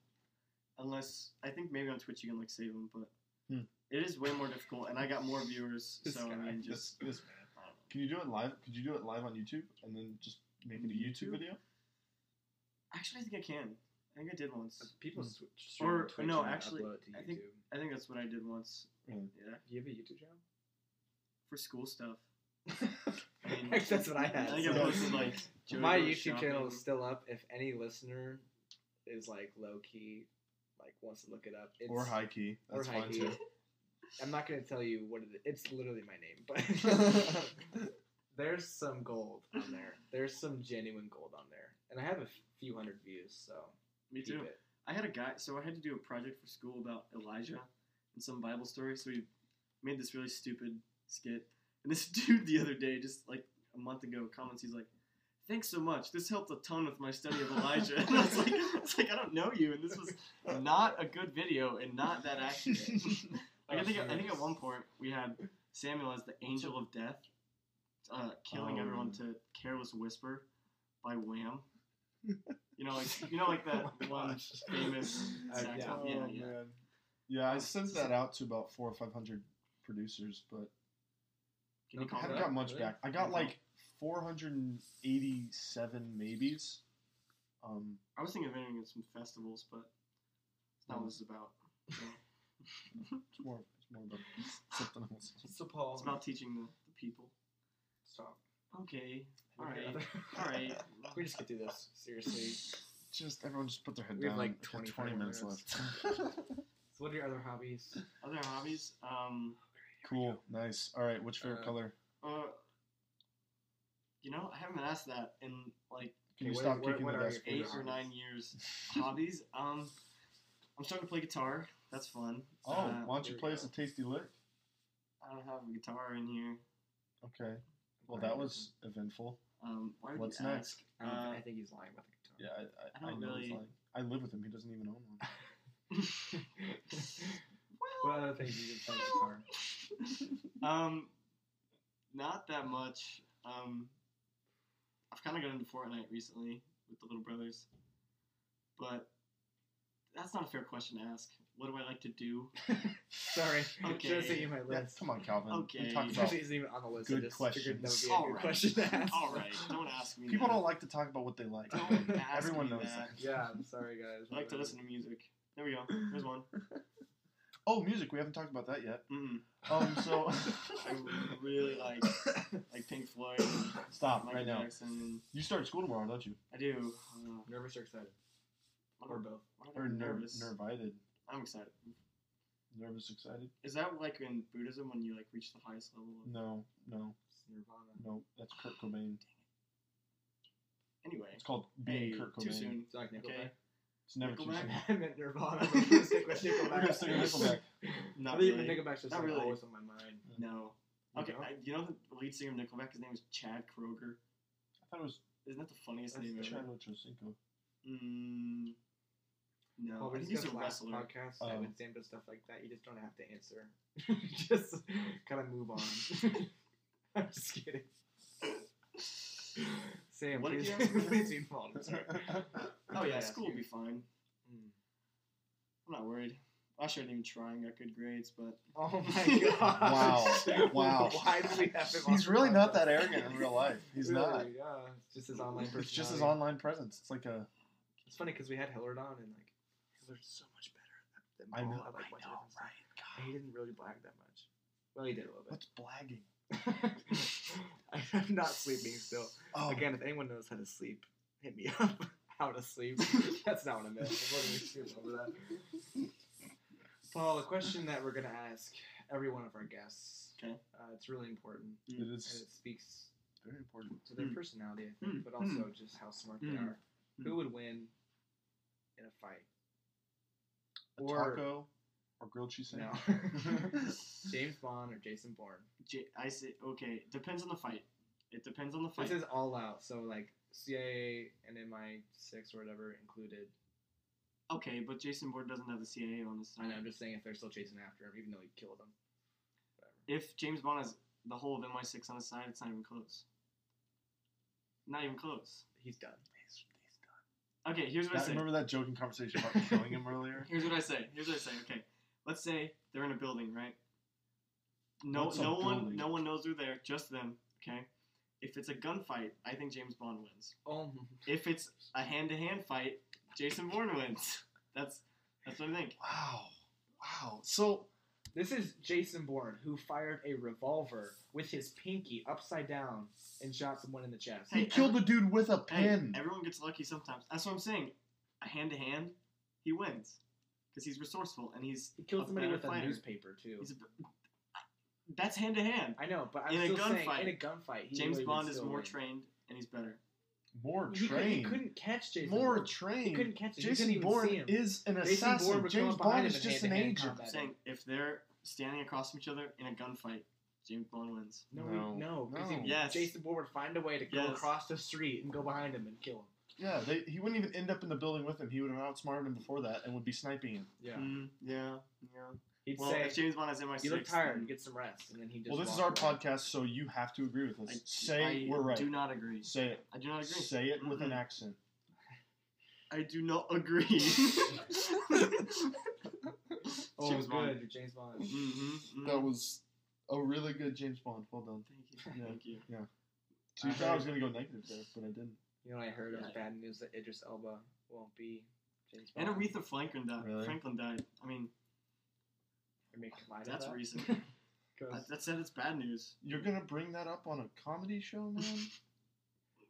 Speaker 4: Unless I think maybe on Twitch you can like save them, but
Speaker 3: Hmm.
Speaker 4: it is way more difficult. And I got more viewers,
Speaker 2: This
Speaker 4: so I
Speaker 2: guy.
Speaker 4: mean,
Speaker 3: This-
Speaker 4: just
Speaker 3: this-
Speaker 4: I don't know.
Speaker 3: Can you do it live? Could you do it live on YouTube and then just make it a YouTube
Speaker 4: YouTube?
Speaker 3: video?
Speaker 4: actually, I think I can. I think I did once.
Speaker 2: People
Speaker 3: Mm.
Speaker 2: switch stream
Speaker 4: Hmm. Or-
Speaker 2: on Twitch
Speaker 4: no,
Speaker 2: and then
Speaker 4: actually,
Speaker 2: upload it to
Speaker 4: I think-
Speaker 2: YouTube.
Speaker 4: I think that's what I did once.
Speaker 3: Really?
Speaker 4: Yeah,
Speaker 2: Do you have a YouTube channel?
Speaker 4: for school stuff. I mean,
Speaker 2: That's what I had.
Speaker 4: I think I
Speaker 3: so-
Speaker 4: posted like Joey
Speaker 2: My
Speaker 4: Goes
Speaker 2: YouTube channel
Speaker 4: Shopping.
Speaker 2: is still up. If any listener is like low key, like wants to look it up, it's,
Speaker 3: or high key.
Speaker 2: or
Speaker 3: That's
Speaker 2: high
Speaker 3: fine
Speaker 2: key.
Speaker 3: too.
Speaker 2: I'm not gonna tell you what it is. It's literally my name, but there's some gold on there. There's some genuine gold on there, and I have a few hundred views, so
Speaker 4: Me
Speaker 2: keep
Speaker 4: too.
Speaker 2: it.
Speaker 4: I had a guy, so I had to do a project for school about Elijah and some Bible story. So we made this really stupid skit, and this dude the other day, just like a month ago, comments. He's like, thanks so much. This helped a ton with my study of Elijah. And I was like, it's like I don't know you, and this was not a good video and not that accurate. Like, I think I think at one point we had Samuel as the angel of death, uh, killing
Speaker 3: Oh,
Speaker 4: everyone
Speaker 3: yeah.
Speaker 4: to "Careless Whisper" by Wham. You know, like you know, like that
Speaker 3: Oh my
Speaker 4: one
Speaker 3: gosh.
Speaker 4: famous.
Speaker 2: Uh,
Speaker 4: sax-
Speaker 2: yeah.
Speaker 4: yeah,
Speaker 3: Oh,
Speaker 4: yeah.
Speaker 3: man. Yeah, I sent that out to about four or five hundred producers, but
Speaker 4: Can you
Speaker 2: Okay.
Speaker 4: call
Speaker 3: I
Speaker 4: that?
Speaker 3: haven't
Speaker 2: Really?
Speaker 3: got much
Speaker 2: Really?
Speaker 3: back. I got like four hundred and eighty-seven maybes. Um,
Speaker 4: I was thinking of entering in some festivals, but it's not what this is about. you
Speaker 3: it's more, it's more about something else.
Speaker 2: So
Speaker 4: know.
Speaker 2: Paul,
Speaker 4: It's about teaching the, the people.
Speaker 2: stop.
Speaker 4: Okay,
Speaker 2: All
Speaker 4: All
Speaker 2: right,
Speaker 4: right. all right.
Speaker 2: we just get through this seriously.
Speaker 3: Just everyone, just put their head
Speaker 2: We have,
Speaker 3: down.
Speaker 2: like,
Speaker 3: We've got
Speaker 2: 20
Speaker 3: 20 minutes left.
Speaker 2: So what are your other hobbies?
Speaker 4: Other hobbies. Um,
Speaker 3: cool, nice. All right, what's your favorite
Speaker 2: Uh,
Speaker 3: color?
Speaker 4: uh, you know, I haven't been asked that in like
Speaker 2: okay,
Speaker 3: Can you
Speaker 2: what-
Speaker 3: stop
Speaker 2: what-
Speaker 3: kicking
Speaker 2: what
Speaker 3: the
Speaker 2: are your
Speaker 3: desk?
Speaker 4: eight
Speaker 2: Favorite
Speaker 4: or
Speaker 2: hobbies?
Speaker 4: nine years. hobbies. Um, I'm starting to play guitar. That's fun.
Speaker 3: Oh,
Speaker 4: Uh,
Speaker 3: why don't you
Speaker 2: there we
Speaker 3: play us
Speaker 2: go.
Speaker 3: a tasty lick?
Speaker 4: I don't have a guitar in here.
Speaker 3: Okay. Well, that was eventful.
Speaker 4: Um, why would
Speaker 3: What's
Speaker 4: you
Speaker 3: next?
Speaker 2: I,
Speaker 4: ask?
Speaker 2: don't think-
Speaker 4: Uh,
Speaker 2: I think he's lying about the guitar.
Speaker 3: Yeah, I, I,
Speaker 4: I
Speaker 3: I,
Speaker 4: don't
Speaker 3: know
Speaker 4: really-
Speaker 3: it's lying. I live with him. He doesn't even own one.
Speaker 2: what other things you can play guitar?
Speaker 4: um, not that much. Um, I've kind of got into Fortnite recently with the little brothers, but that's not a fair question to ask. What do I like to do?
Speaker 2: Sorry,
Speaker 4: Okay.
Speaker 2: should have seen you my
Speaker 3: Yeah,
Speaker 2: list.
Speaker 3: come on, Calvin. We
Speaker 4: Okay.
Speaker 3: talked
Speaker 2: Should have
Speaker 3: about,
Speaker 2: seen even on the list.
Speaker 3: Good
Speaker 2: I just figured that would be a
Speaker 4: All
Speaker 2: good
Speaker 4: right.
Speaker 2: question to ask.
Speaker 4: All right, don't ask me.
Speaker 3: people
Speaker 4: that.
Speaker 3: don't like to talk about what they like.
Speaker 4: Don't ask
Speaker 3: Everyone
Speaker 4: me
Speaker 3: knows
Speaker 4: that.
Speaker 2: Yeah, I'm sorry guys.
Speaker 4: I like to listen to music. There we go. There's one.
Speaker 3: Oh, music. We haven't talked about that yet.
Speaker 4: Mm,
Speaker 3: Um, so
Speaker 4: I really like like Pink Floyd. and
Speaker 3: stop
Speaker 4: Michael
Speaker 3: right now.
Speaker 4: Jackson. And
Speaker 3: You start school tomorrow, don't you?
Speaker 4: I do. Uh,
Speaker 2: Nervous or excited?
Speaker 4: I'm-
Speaker 2: Or both.
Speaker 4: I'm
Speaker 3: Or nervous,
Speaker 4: nervous.
Speaker 3: nervited,
Speaker 4: I'm excited.
Speaker 3: nervous, excited?
Speaker 4: Is that like in Buddhism when you like reach the highest level? Of...
Speaker 3: No, no,
Speaker 2: It's Nirvana.
Speaker 3: no. That's Kurt Cobain.
Speaker 4: Anyway,
Speaker 3: It's called
Speaker 4: hey,
Speaker 3: being Kurt Cobain.
Speaker 4: too soon.
Speaker 2: It's like Nickelback.
Speaker 4: Okay.
Speaker 3: It's never too
Speaker 4: Nickelback?
Speaker 3: soon.
Speaker 2: I meant Nirvana. but I'm gonna stick with Nickelback.
Speaker 3: We're gonna stick with Nickelback.
Speaker 2: I
Speaker 4: Not
Speaker 2: think
Speaker 4: really.
Speaker 2: Nickelback's just
Speaker 4: Not
Speaker 2: like,
Speaker 4: really.
Speaker 2: always on my mind.
Speaker 4: No.
Speaker 2: You
Speaker 4: okay,
Speaker 2: know?
Speaker 4: I, you know the lead singer of Nickelback? His name is Chad Kroger.
Speaker 3: I thought it was
Speaker 4: Isn't that the funniest
Speaker 2: That's
Speaker 4: name
Speaker 3: Chad
Speaker 4: ever?
Speaker 3: Ochocinco.
Speaker 4: Mm, no,
Speaker 2: Well,
Speaker 4: I
Speaker 2: we
Speaker 4: think he's
Speaker 2: discussed
Speaker 4: a
Speaker 2: last
Speaker 4: wrestler.
Speaker 2: podcast and
Speaker 3: Oh.
Speaker 2: with Sam does stuff like that. You just don't have to answer. just kind of move on. I'm just kidding. Sam,
Speaker 4: What did
Speaker 2: please,
Speaker 4: you ask?
Speaker 2: please be involved. I'm sorry.
Speaker 4: Oh
Speaker 2: I'd
Speaker 4: yeah,
Speaker 2: ask
Speaker 4: school will
Speaker 2: you.
Speaker 4: be fine.
Speaker 2: Mm.
Speaker 4: I'm not worried. Last year I didn't even try and got good grades, but
Speaker 2: Oh my god!
Speaker 3: Wow. Wow.
Speaker 2: Why do we have him? on
Speaker 3: He's
Speaker 2: the
Speaker 3: really not that
Speaker 2: podcast?
Speaker 3: arrogant in real life. He's
Speaker 2: Really,
Speaker 3: not.
Speaker 2: Yeah, it's just his online personality.
Speaker 3: It's just his online presence. It's like a
Speaker 2: It's funny because we had Hillard on and like Hillard's so much better than
Speaker 3: I
Speaker 2: Paul
Speaker 3: know,
Speaker 2: at, like,
Speaker 3: I
Speaker 2: bunch of
Speaker 3: know,
Speaker 2: different stuff. And he didn't really brag that much. Well, he did a little bit.
Speaker 3: what's blagging?
Speaker 2: I'm not sleeping still.
Speaker 3: Oh,
Speaker 2: Again, if anyone knows how to sleep, hit me up. how to sleep. That's not what I meant. I'm going to skip over that. Paul, the question that we're going to ask every one of our guests,
Speaker 4: Okay.
Speaker 2: uh, it's really important.
Speaker 3: it
Speaker 2: And
Speaker 3: is
Speaker 2: it speaks
Speaker 3: very important.
Speaker 2: to their
Speaker 4: Mm.
Speaker 2: personality, I think,
Speaker 4: Mm.
Speaker 2: but also just how smart they
Speaker 4: Mm.
Speaker 2: are. Who would win in a fight?
Speaker 3: A
Speaker 2: Or-
Speaker 3: taco or grilled cheese
Speaker 2: No.
Speaker 3: sandwich.
Speaker 2: James Bond or Jason Bourne?
Speaker 4: J- I say okay. Depends on the fight. It depends on the
Speaker 2: This
Speaker 4: fight.
Speaker 2: is all out, so like CIA and MI6 or whatever included.
Speaker 4: Okay, but Jason Bourne doesn't have the CIA on his
Speaker 2: I
Speaker 4: side.
Speaker 2: know, I'm just saying if they're still chasing after him, even though he killed him.
Speaker 4: If James Bond has the whole of MI6 on his side, it's not even close. Not even close.
Speaker 2: He's done.
Speaker 4: Okay, here's what I
Speaker 3: That,
Speaker 4: say.
Speaker 3: remember that joking conversation about killing him earlier?
Speaker 4: Here's what I say. Here's what I say. Okay, let's say they're in a building, right? No,
Speaker 3: What's a
Speaker 4: no one,
Speaker 3: building?
Speaker 4: no one knows they're there. Just them. Okay. If it's a gunfight, I think James Bond wins.
Speaker 2: Oh,
Speaker 4: If it's a hand-to-hand fight, Jason Bourne wins. That's that's what I think.
Speaker 3: Wow. Wow. So
Speaker 2: this is Jason Bourne who fired a revolver with his pinky upside down and shot someone in the chest.
Speaker 3: he
Speaker 4: Hey,
Speaker 3: killed the dude with a
Speaker 4: Hey,
Speaker 3: pen.
Speaker 4: everyone gets lucky sometimes. That's what I'm saying. A hand to hand, he wins because he's resourceful and he's
Speaker 2: He killed
Speaker 4: a
Speaker 2: somebody
Speaker 4: better
Speaker 2: with a
Speaker 4: fighter.
Speaker 2: newspaper too.
Speaker 4: he's. A, that's hand to hand.
Speaker 2: I know, but I'm
Speaker 4: In a
Speaker 2: still saying
Speaker 4: gunfight,
Speaker 2: in a gunfight, he
Speaker 4: James
Speaker 2: really would
Speaker 4: Bond is
Speaker 2: still
Speaker 4: more
Speaker 2: win.
Speaker 4: trained and he's better.
Speaker 3: More
Speaker 2: He couldn't, he
Speaker 3: trained.
Speaker 2: couldn't catch Jason.
Speaker 3: More
Speaker 2: Bourne. He couldn't
Speaker 3: trained.
Speaker 2: catch him.
Speaker 3: Jason
Speaker 2: he couldn't even see him.
Speaker 3: Bourne is an
Speaker 2: Jason Bourne
Speaker 3: assassin.
Speaker 2: would come
Speaker 3: James
Speaker 2: up behind
Speaker 3: Bond
Speaker 2: him
Speaker 3: is
Speaker 2: in
Speaker 3: just an
Speaker 2: hand-to-hand
Speaker 3: agent.
Speaker 2: combat.
Speaker 4: I'm saying if they're standing across from each other in a gunfight, James Bond wins.
Speaker 2: No,
Speaker 3: No.
Speaker 2: we- no, because
Speaker 3: No.
Speaker 4: Yes.
Speaker 2: Jason Bourne would find a way to go
Speaker 4: Yes.
Speaker 2: across the street and go behind him and kill him.
Speaker 3: Yeah, they, he wouldn't even end up in the building with him. He would have outsmarted him before that and would be sniping him.
Speaker 2: Yeah,
Speaker 4: Mm, yeah, yeah.
Speaker 2: he'd
Speaker 4: Well,
Speaker 2: say,
Speaker 4: if James Bond is in my
Speaker 2: "You
Speaker 4: six,
Speaker 2: look tired,
Speaker 4: then
Speaker 2: get some rest," and then he just.
Speaker 3: Well, this is our
Speaker 2: walked away.
Speaker 3: podcast, so you have to agree with us.
Speaker 4: I,
Speaker 3: Say
Speaker 4: I
Speaker 3: we're right.
Speaker 4: Do not agree.
Speaker 3: Say it.
Speaker 4: I do not agree.
Speaker 3: Say it with an
Speaker 4: Mhm.
Speaker 2: Mm-hmm.
Speaker 3: accent.
Speaker 4: I do not agree.
Speaker 2: Oh,
Speaker 4: James
Speaker 2: good,
Speaker 4: Bond.
Speaker 2: you're James Bond.
Speaker 4: Mm-hmm,
Speaker 3: That was a really good James Bond. Well done.
Speaker 4: Thank you.
Speaker 3: Yeah.
Speaker 4: Thank you.
Speaker 3: So you
Speaker 2: I
Speaker 3: thought I was
Speaker 2: heard-
Speaker 3: going to go negative there, but I didn't.
Speaker 2: You know, what I heard it was
Speaker 4: Yeah.
Speaker 2: bad news that Idris Elba won't be James
Speaker 4: And
Speaker 2: Bond.
Speaker 4: Aretha Franklin died.
Speaker 3: Really?
Speaker 4: Franklin died. I mean,
Speaker 2: I mean, can I do
Speaker 4: That's
Speaker 2: that?
Speaker 4: recent.
Speaker 2: 'Cause,
Speaker 4: that- that said, it's bad news.
Speaker 3: You're going to bring that up on a comedy show, man?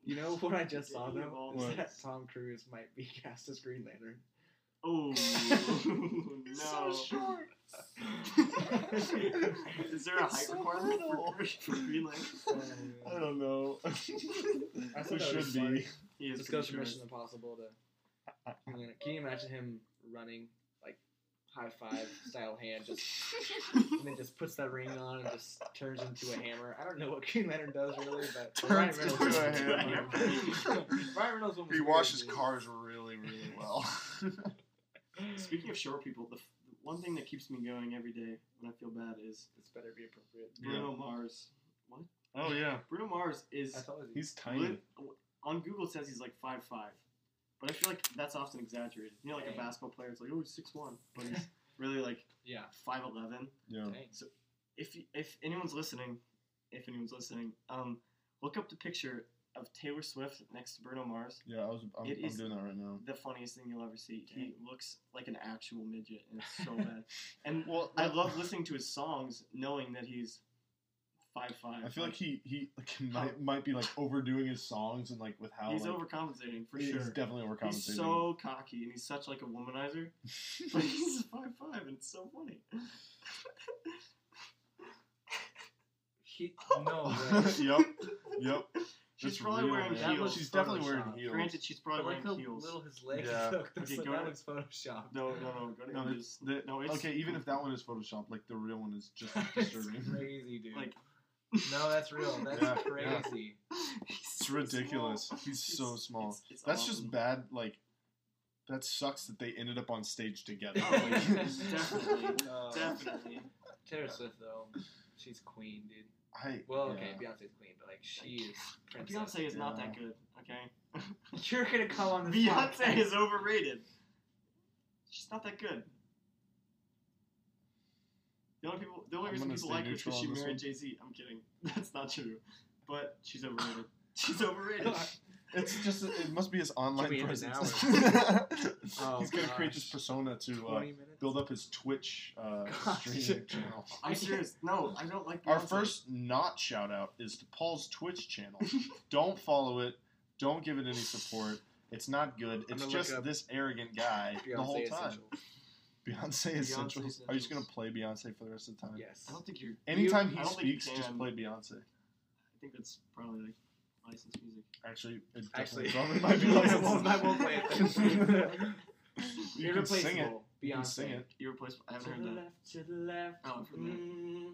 Speaker 2: you know what I just
Speaker 4: Did
Speaker 2: saw
Speaker 4: he
Speaker 2: though?
Speaker 4: evolve
Speaker 2: Is
Speaker 3: what?
Speaker 2: that Tom Cruise might be cast as Green Lantern.
Speaker 4: Oh no! Is there a height
Speaker 3: It's so
Speaker 4: requirement
Speaker 3: little.
Speaker 4: for, for Green Lantern?
Speaker 3: I don't know. I
Speaker 2: thought Oh. that was
Speaker 3: should be.
Speaker 2: funny.
Speaker 4: He is
Speaker 2: Let's go
Speaker 4: pretty
Speaker 2: from
Speaker 4: sure.
Speaker 2: Mission Impossible to. Green Lantern. Can you imagine him running like high five style hand, just and then just puts that ring on and just turns into a hammer? I don't know what Green Lantern does really, but Ryan
Speaker 4: Turns
Speaker 2: Reynolds was
Speaker 4: into
Speaker 3: a
Speaker 2: weird, dude.
Speaker 4: hammer.
Speaker 2: Ryan Reynolds one was
Speaker 3: He
Speaker 2: weird,
Speaker 3: washes
Speaker 2: dude.
Speaker 3: cars really, really well.
Speaker 4: Speaking of short people, the, f- the one thing that keeps me going every day when I feel bad is
Speaker 2: This better be appropriate.
Speaker 4: Bruno Mars.
Speaker 3: oh, yeah.
Speaker 4: Bruno Mars is
Speaker 2: That's always
Speaker 3: He's
Speaker 4: lit-
Speaker 3: tiny.
Speaker 4: on Google it says he's like five five, but I feel like that's often exaggerated. You know, like
Speaker 2: Dang.
Speaker 4: a basketball player, it's like oh he's six one, but he's really like
Speaker 2: yeah.
Speaker 4: five eleven.
Speaker 3: Yeah.
Speaker 2: Thanks.
Speaker 4: if you- if anyone's listening, if anyone's listening, um, look up the picture of Taylor Swift next to Bruno Mars.
Speaker 3: Yeah, I was, I'm,
Speaker 4: It
Speaker 3: I'm
Speaker 4: is-
Speaker 3: doing that right now.
Speaker 4: The funniest thing you'll ever see. He
Speaker 2: Dang.
Speaker 4: looks like an actual midget, and it's so bad. And
Speaker 3: Well,
Speaker 4: I love listening to his songs, knowing that he's five five.
Speaker 3: I feel like he he like, might, might be like overdoing his songs and like with how
Speaker 4: he's
Speaker 3: like,
Speaker 4: overcompensating for
Speaker 3: he's
Speaker 4: sure.
Speaker 3: definitely overcompensating.
Speaker 4: He's so cocky, and he's such like a womanizer. but he's five five, and it's so funny.
Speaker 2: He, no way.
Speaker 3: yep, yep.
Speaker 4: She's
Speaker 3: That's
Speaker 4: probably
Speaker 3: real,
Speaker 4: wearing
Speaker 3: man.
Speaker 4: heels.
Speaker 3: She's definitely
Speaker 2: Photoshop.
Speaker 3: wearing heels.
Speaker 4: Granted, she's
Speaker 2: I
Speaker 4: probably
Speaker 2: like how
Speaker 4: wearing heels.
Speaker 2: little his leg
Speaker 3: Yeah.
Speaker 2: is. Look, that's
Speaker 4: Okay,
Speaker 2: like,
Speaker 4: go
Speaker 2: that
Speaker 4: to-
Speaker 2: one's Photoshopped.
Speaker 4: No, no, no. Go to
Speaker 3: No,
Speaker 4: images.
Speaker 3: the-
Speaker 4: no, it's
Speaker 3: okay, even if that one is photoshopped, like the real one is just
Speaker 2: That's
Speaker 3: disturbing.
Speaker 2: crazy, dude.
Speaker 4: Like-
Speaker 2: no, that's real. That's
Speaker 3: Yeah, yeah.
Speaker 2: crazy.
Speaker 3: It's ridiculous. He's so small. That's
Speaker 4: Um,
Speaker 3: just bad. Like that sucks that they ended up on stage together.
Speaker 4: Oh,
Speaker 3: Like,
Speaker 4: yeah, definitely.
Speaker 2: No.
Speaker 4: Definitely.
Speaker 2: Uh, Taylor Swift though, she's queen, dude.
Speaker 3: I
Speaker 2: Well,
Speaker 3: yeah.
Speaker 2: okay, Beyonce's queen, but like she is princess.
Speaker 4: Beyonce is not that
Speaker 3: Yeah.
Speaker 4: good. Okay.
Speaker 2: You're gonna come on this
Speaker 4: Beyonce
Speaker 2: podcast.
Speaker 4: is overrated. She's not that good. The only people, the only
Speaker 3: I'm
Speaker 4: reason
Speaker 3: gonna
Speaker 4: people
Speaker 3: stay
Speaker 4: like her is
Speaker 3: neutral
Speaker 4: because she
Speaker 3: on this one.
Speaker 4: married Jay Z. I'm kidding. That's not true. But she's overrated. She's overrated.
Speaker 3: It's just it must be his online
Speaker 2: Should be in an
Speaker 3: presence.
Speaker 2: hour. Oh,
Speaker 3: He's gonna create
Speaker 2: gosh.
Speaker 3: this persona to uh,
Speaker 2: Twenty minutes.
Speaker 3: build up his Twitch uh,
Speaker 2: Gosh.
Speaker 3: streaming channel.
Speaker 4: I'm serious. No, I don't like. Beyonce.
Speaker 3: Our first not shout out is to Paul's Twitch channel. don't follow it. Don't give it any support. It's not good.
Speaker 2: I'm
Speaker 3: It's
Speaker 2: gonna
Speaker 3: just
Speaker 2: look up
Speaker 3: this arrogant guy
Speaker 2: Beyonce
Speaker 3: the whole time.
Speaker 2: essential.
Speaker 3: Beyonce is
Speaker 4: Beyonce
Speaker 3: central. Are you just gonna
Speaker 4: Essentials.
Speaker 3: play Beyonce for the rest of the time?
Speaker 2: Yes.
Speaker 4: I don't think you're.
Speaker 3: Anytime
Speaker 4: I
Speaker 3: he
Speaker 4: don't think you
Speaker 3: speaks, just
Speaker 4: can.
Speaker 3: play Beyonce.
Speaker 4: I think that's probably like licensed music.
Speaker 3: Actually, it
Speaker 2: Actually,
Speaker 3: definitely probably might be
Speaker 2: I
Speaker 3: licensed.
Speaker 2: won't. I won't play it.
Speaker 3: you can sing it.
Speaker 2: Irreplaceable,
Speaker 3: You can
Speaker 2: Beyonce.
Speaker 3: sing it.
Speaker 4: You replaced. I haven't
Speaker 2: To
Speaker 4: heard
Speaker 2: the
Speaker 4: that.
Speaker 2: left, to the left.
Speaker 4: Oh, I've heard that.
Speaker 2: mm.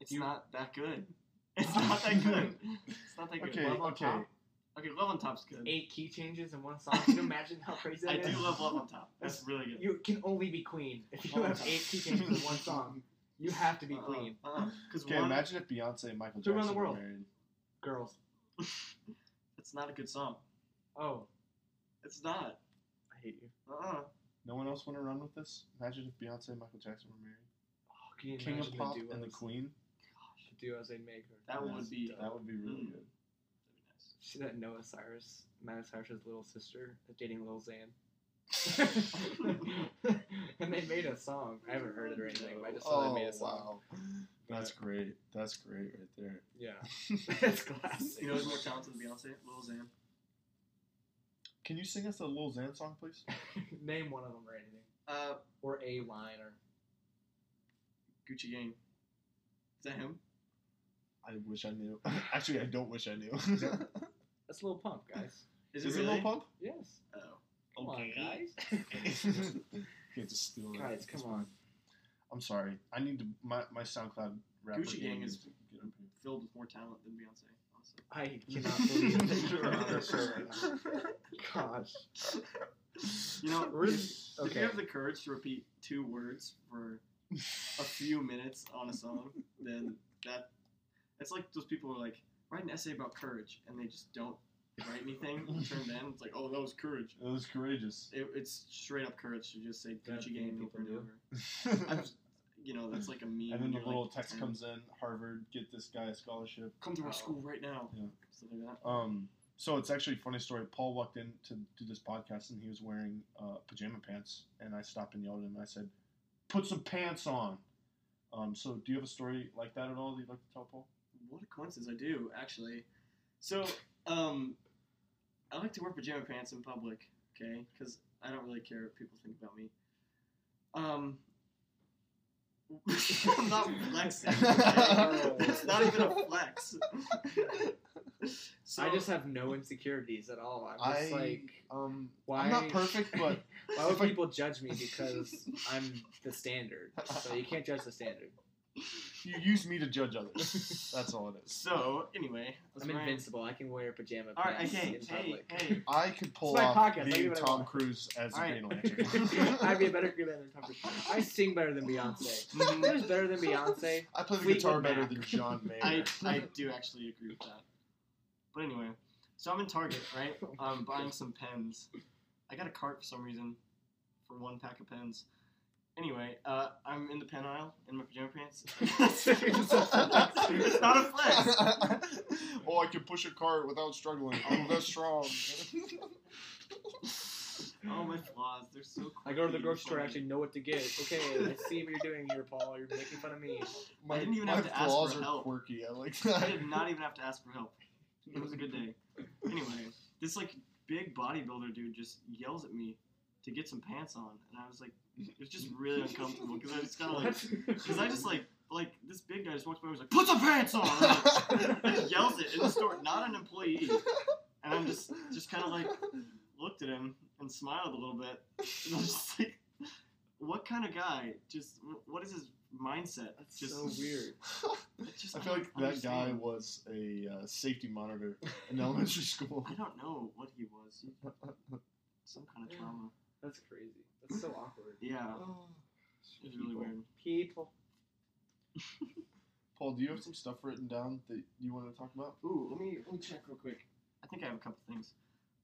Speaker 4: It's
Speaker 2: You-
Speaker 4: not that good. It's not that good. It's not that good.
Speaker 3: Okay,
Speaker 4: Love on
Speaker 3: okay.
Speaker 4: top. Okay, Love on Top's good.
Speaker 2: Eight key changes in one song. Can you imagine how crazy
Speaker 4: I
Speaker 2: that
Speaker 4: do
Speaker 2: is?
Speaker 4: love Love on Top. That's really good.
Speaker 2: You can only be queen if you have eight key changes in one song. You have to be queen.
Speaker 4: Because
Speaker 3: Okay,
Speaker 4: Uh-uh, one,
Speaker 3: imagine if Beyonce and Michael
Speaker 2: To
Speaker 3: Jackson
Speaker 2: run the
Speaker 3: were
Speaker 2: world.
Speaker 3: married.
Speaker 2: Girls.
Speaker 4: it's not a good song.
Speaker 2: Oh,
Speaker 4: It's not.
Speaker 2: I hate you.
Speaker 4: Uh-uh.
Speaker 3: No one else want to run with this. Imagine if Beyonce and Michael Jackson were married.
Speaker 2: Oh, can you
Speaker 3: King
Speaker 2: imagine
Speaker 3: of Pop
Speaker 2: the duos?
Speaker 3: and the Queen.
Speaker 2: The duos they'd make. Her.
Speaker 4: That
Speaker 3: Yes.
Speaker 4: would be. That'd
Speaker 3: That would be really
Speaker 4: Mm.
Speaker 3: good.
Speaker 4: be
Speaker 2: See that Noah Cyrus, Miley Cyrus' little sister, is dating Lil Xan. and they made a song. I haven't heard it or anything, but I just saw they
Speaker 4: Oh,
Speaker 2: made a song.
Speaker 3: Oh, That's great. That's great right there.
Speaker 2: Yeah, that's
Speaker 4: nice.
Speaker 2: classic.
Speaker 4: You know who's more talented than Beyonce? Lil Xan.
Speaker 3: Can you sing us a Lil Xan song, please?
Speaker 2: Name one of them or anything,
Speaker 4: Uh,
Speaker 2: or a line, or
Speaker 4: Gucci Gang. Is that him?
Speaker 3: I wish I knew. Actually, I don't wish I knew.
Speaker 2: that's Lil Pump, guys.
Speaker 4: Is it
Speaker 3: Is it
Speaker 4: really?
Speaker 3: Lil Pump?
Speaker 2: Yes.
Speaker 4: Oh.
Speaker 2: Come on,
Speaker 4: Okay.
Speaker 2: guys.
Speaker 3: Can't just steal that.
Speaker 2: guys, come
Speaker 3: It's
Speaker 2: on.
Speaker 3: I'm sorry. I need to. My, my SoundCloud rapper
Speaker 4: Gucci Gang
Speaker 3: game
Speaker 4: is-
Speaker 3: to get up here.
Speaker 4: Filled with more talent than Beyonce, honestly.
Speaker 2: I cannot believe that you're on this show right now. Gosh.
Speaker 4: You know,
Speaker 2: Really?
Speaker 4: if- if
Speaker 2: Okay.
Speaker 4: you have the courage to repeat two words for a few minutes on a song, then that it's like those people who are like write an essay about courage and they just don't write anything. You Turn them, it's like oh that was courage.
Speaker 3: It was courageous.
Speaker 4: It, it's straight up courage to just say
Speaker 2: That's
Speaker 4: Gucci
Speaker 2: what
Speaker 4: Gang
Speaker 2: people
Speaker 4: over and
Speaker 2: do.
Speaker 4: over. I
Speaker 3: and
Speaker 4: was- you know that's like a meme.
Speaker 3: then
Speaker 4: when
Speaker 3: the
Speaker 4: you're,
Speaker 3: little
Speaker 4: like,
Speaker 3: text
Speaker 2: "Mm."
Speaker 4: 10.
Speaker 3: comes in: Harvard, get this guy a scholarship.
Speaker 4: Come to
Speaker 2: Oh.
Speaker 4: our school right now.
Speaker 3: Yeah.
Speaker 4: Something like that.
Speaker 3: Um, so it's actually a funny story. Paul walked in to do this podcast and he was wearing uh, pajama pants, and I stopped and yelled at him. And I said, "Put some pants on." Um, so do you have a story like that at all that you'd like to tell, Paul?
Speaker 4: What a coincidence! I do actually. So, um, I like to wear pajama pants in public, okay? Because I don't really care what people think about me. Um, I'm not flexing. okay? it's not even a flex. so
Speaker 2: I just have no insecurities at all. I'm just
Speaker 3: I-
Speaker 2: like,
Speaker 3: Um,
Speaker 2: why?
Speaker 3: I'm not perfect, but
Speaker 2: why would
Speaker 3: if I-
Speaker 2: people judge me because I'm the standard? So you can't judge the standard.
Speaker 3: you use me to judge others. That's all it is.
Speaker 4: so anyway, I was
Speaker 2: I'm
Speaker 4: wearing-
Speaker 2: invincible. I can wear pajama
Speaker 4: All right,
Speaker 2: pants
Speaker 4: okay,
Speaker 2: in
Speaker 4: hey,
Speaker 2: public.
Speaker 4: hey.
Speaker 3: I could pull
Speaker 2: my
Speaker 3: off
Speaker 2: podcast, I'll do
Speaker 3: being
Speaker 2: what I
Speaker 3: Tom
Speaker 2: want.
Speaker 3: Cruise as a
Speaker 4: All
Speaker 3: Green
Speaker 4: right.
Speaker 3: Lantern.
Speaker 2: I'd be a better Green Lantern Tom Cruise. I sing better than Beyonce.
Speaker 4: Mm,
Speaker 2: Who's better than Beyonce?
Speaker 3: I play the
Speaker 2: Fleetwood
Speaker 3: guitar better
Speaker 2: Mac.
Speaker 3: than John Mayer.
Speaker 4: I, I do actually agree with that. But anyway, so I'm in Target, right? I'm buying some pens. I got a cart for some reason for one pack of pens. Anyway, uh, I'm in the pen aisle in my pajama pants. it's not a flex.
Speaker 3: oh, I can push a cart without struggling. I'm that strong.
Speaker 4: Oh, my flaws. They're so cool.
Speaker 2: I go to the grocery store. I actually know what to get. Okay, I see what you're doing here, Paul. You're making fun of me.
Speaker 3: My,
Speaker 4: didn't even
Speaker 3: my
Speaker 4: have to ask
Speaker 3: flaws
Speaker 4: for
Speaker 3: are
Speaker 4: help.
Speaker 3: quirky. I like
Speaker 4: I
Speaker 3: that.
Speaker 4: did not even have to ask for help. It was a good day. Anyway, this like big bodybuilder dude just yells at me to get some pants on, and I was like, it was just really uncomfortable because I just kind of like, because I just like, like this big guy just walks by, and was like, put some pants on. And I'm like- He yells it in the store, not an employee, and I'm just just kind of like looked at him and smiled a little bit, and I was just like, what kind of guy? Just wh- what is his mindset?
Speaker 2: That's
Speaker 4: just,
Speaker 2: so weird.
Speaker 4: it's just
Speaker 3: I feel like
Speaker 4: don't
Speaker 3: that guy
Speaker 4: understand.
Speaker 3: was a uh, safety monitor in elementary school.
Speaker 4: I don't know what he was. He- Some kind of trauma.
Speaker 2: That's crazy. That's so awkward.
Speaker 4: Yeah, it's really weird.
Speaker 2: People.
Speaker 3: Paul, do you have some stuff written down that you want to talk about?
Speaker 4: Ooh, let me let me check real quick. I think I have a couple things.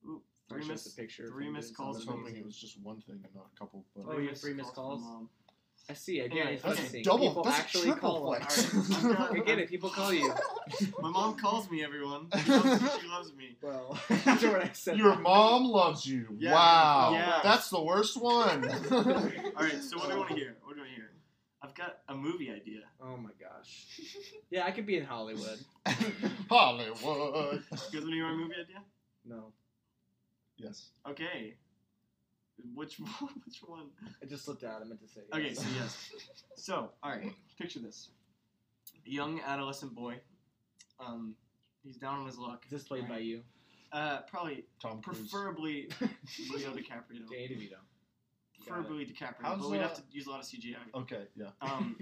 Speaker 4: Ooh, three
Speaker 2: Show us the
Speaker 4: missed.
Speaker 2: picture of
Speaker 4: three
Speaker 2: him doing
Speaker 4: missed
Speaker 3: I
Speaker 4: calls
Speaker 3: was
Speaker 2: something
Speaker 4: from-
Speaker 2: amazing.
Speaker 3: hoping it was just one thing and not a couple. But
Speaker 2: Oh, you have three missed calls? I see. Again,
Speaker 4: Anyway,
Speaker 2: it's
Speaker 4: okay.
Speaker 2: missing.
Speaker 3: Double-
Speaker 2: people
Speaker 3: that's
Speaker 2: actually
Speaker 3: triple
Speaker 2: call us.
Speaker 3: flex.
Speaker 4: All right, I'm done.
Speaker 2: Again, if people call you,
Speaker 4: My mom calls me. Everyone, she loves, she loves me.
Speaker 2: well, after what I said,
Speaker 3: Your mom loves you.
Speaker 4: Yeah.
Speaker 3: Wow.
Speaker 4: Yeah.
Speaker 3: That's the worst one.
Speaker 4: All right, so what do I want to hear? What do I wanna hear? I've got a movie idea.
Speaker 2: Oh my gosh. Yeah, I could be in Hollywood.
Speaker 3: Hollywood.
Speaker 4: You guys want to hear my movie idea?
Speaker 2: No,
Speaker 3: Yes.
Speaker 4: Okay. Which one? Which one?
Speaker 2: it just slipped out. I meant to say.
Speaker 4: Okay,
Speaker 2: Yes.
Speaker 4: so yes. So, all right, picture this: a young adolescent boy. Um, he's down on his luck.
Speaker 2: Is this played by you?
Speaker 4: Uh, probably,
Speaker 3: Tom Cruise.
Speaker 4: preferably Leo DiCaprio.
Speaker 2: Danny DeVito.
Speaker 4: Preferably DiCaprio,
Speaker 3: How's,
Speaker 4: but we'd have
Speaker 3: uh,
Speaker 4: to use a lot of CGI.
Speaker 3: Okay. Yeah.
Speaker 4: Um,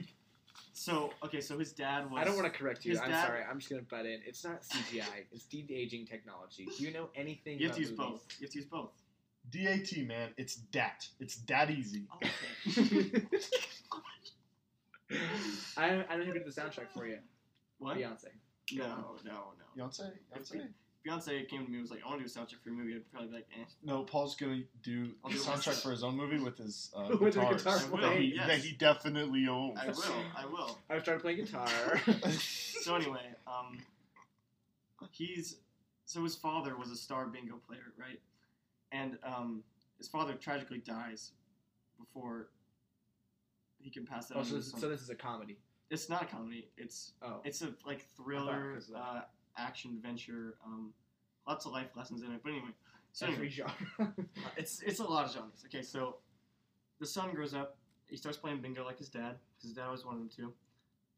Speaker 4: so okay, so his dad was.
Speaker 2: I don't want to correct you.
Speaker 4: his
Speaker 2: I'm
Speaker 4: dad-
Speaker 2: sorry. I'm just gonna butt in. It's not CGI. It's de aging technology. Do you know anything?
Speaker 4: You have
Speaker 2: about
Speaker 4: to use
Speaker 2: movies?
Speaker 4: both. You have to use both.
Speaker 3: Dat man. It's dat. It's dat easy.
Speaker 4: Oh, okay.
Speaker 2: I don't, I don't even do the soundtrack for you,
Speaker 4: What?
Speaker 2: Beyonce.
Speaker 4: No, no, no.
Speaker 3: Beyonce. Beyonce.
Speaker 4: Beyonce came to me and was like, "I want to do a soundtrack for your movie." I'd probably be like, "Eh."
Speaker 3: No, Paul's gonna do
Speaker 4: I'll
Speaker 3: the
Speaker 4: do
Speaker 3: soundtrack
Speaker 4: myself.
Speaker 3: for his own movie with his uh,
Speaker 2: With the
Speaker 3: guitars
Speaker 2: guitar
Speaker 3: that,
Speaker 4: playing,
Speaker 3: he,
Speaker 4: yes.
Speaker 3: that he definitely owns.
Speaker 4: I will. I will.
Speaker 2: I started playing guitar.
Speaker 4: so anyway, um, he's so his father was a star bingo player, right? And um, his father tragically dies before he can pass that.
Speaker 2: oh,
Speaker 4: on
Speaker 2: so,
Speaker 4: to his
Speaker 2: this,
Speaker 4: son.
Speaker 2: so this is a comedy.
Speaker 4: it's not a comedy. It's
Speaker 2: Oh,
Speaker 4: it's a like thriller,
Speaker 2: 'cause, uh,
Speaker 4: uh, action adventure, um, lots of life lessons in it. But anyway, so anyway,
Speaker 2: every genre.
Speaker 4: uh, it's it's a lot of genres. Okay, so the son grows up. He starts playing bingo like his dad, because his dad always wanted him to.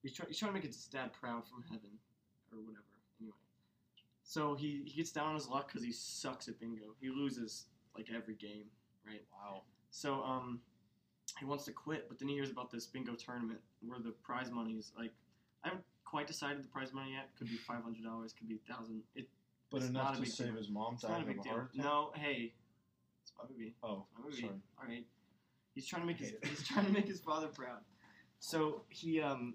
Speaker 4: He's, try, he's trying to make his dad proud from heaven, or whatever. Anyway, so he, he gets down on his luck because he sucks at bingo. He loses like every game, right?
Speaker 3: Wow.
Speaker 4: So um, he wants to quit, but then he hears about this bingo tournament where the prize money is like I quite decided the prize money yet. Could be five hundred dollars. Could be a thousand. It,
Speaker 3: But
Speaker 4: It's
Speaker 3: enough
Speaker 4: not a
Speaker 3: to
Speaker 4: big
Speaker 3: save
Speaker 4: deal.
Speaker 3: his mom
Speaker 4: it's not a
Speaker 3: dying of
Speaker 4: big
Speaker 3: a
Speaker 4: deal.
Speaker 3: heart attack.
Speaker 4: No, hey, it's my movie.
Speaker 3: Oh,
Speaker 4: My movie.
Speaker 3: sorry.
Speaker 4: All right. He's trying to make his
Speaker 2: Hate it.
Speaker 4: he's trying to make his father proud. So he um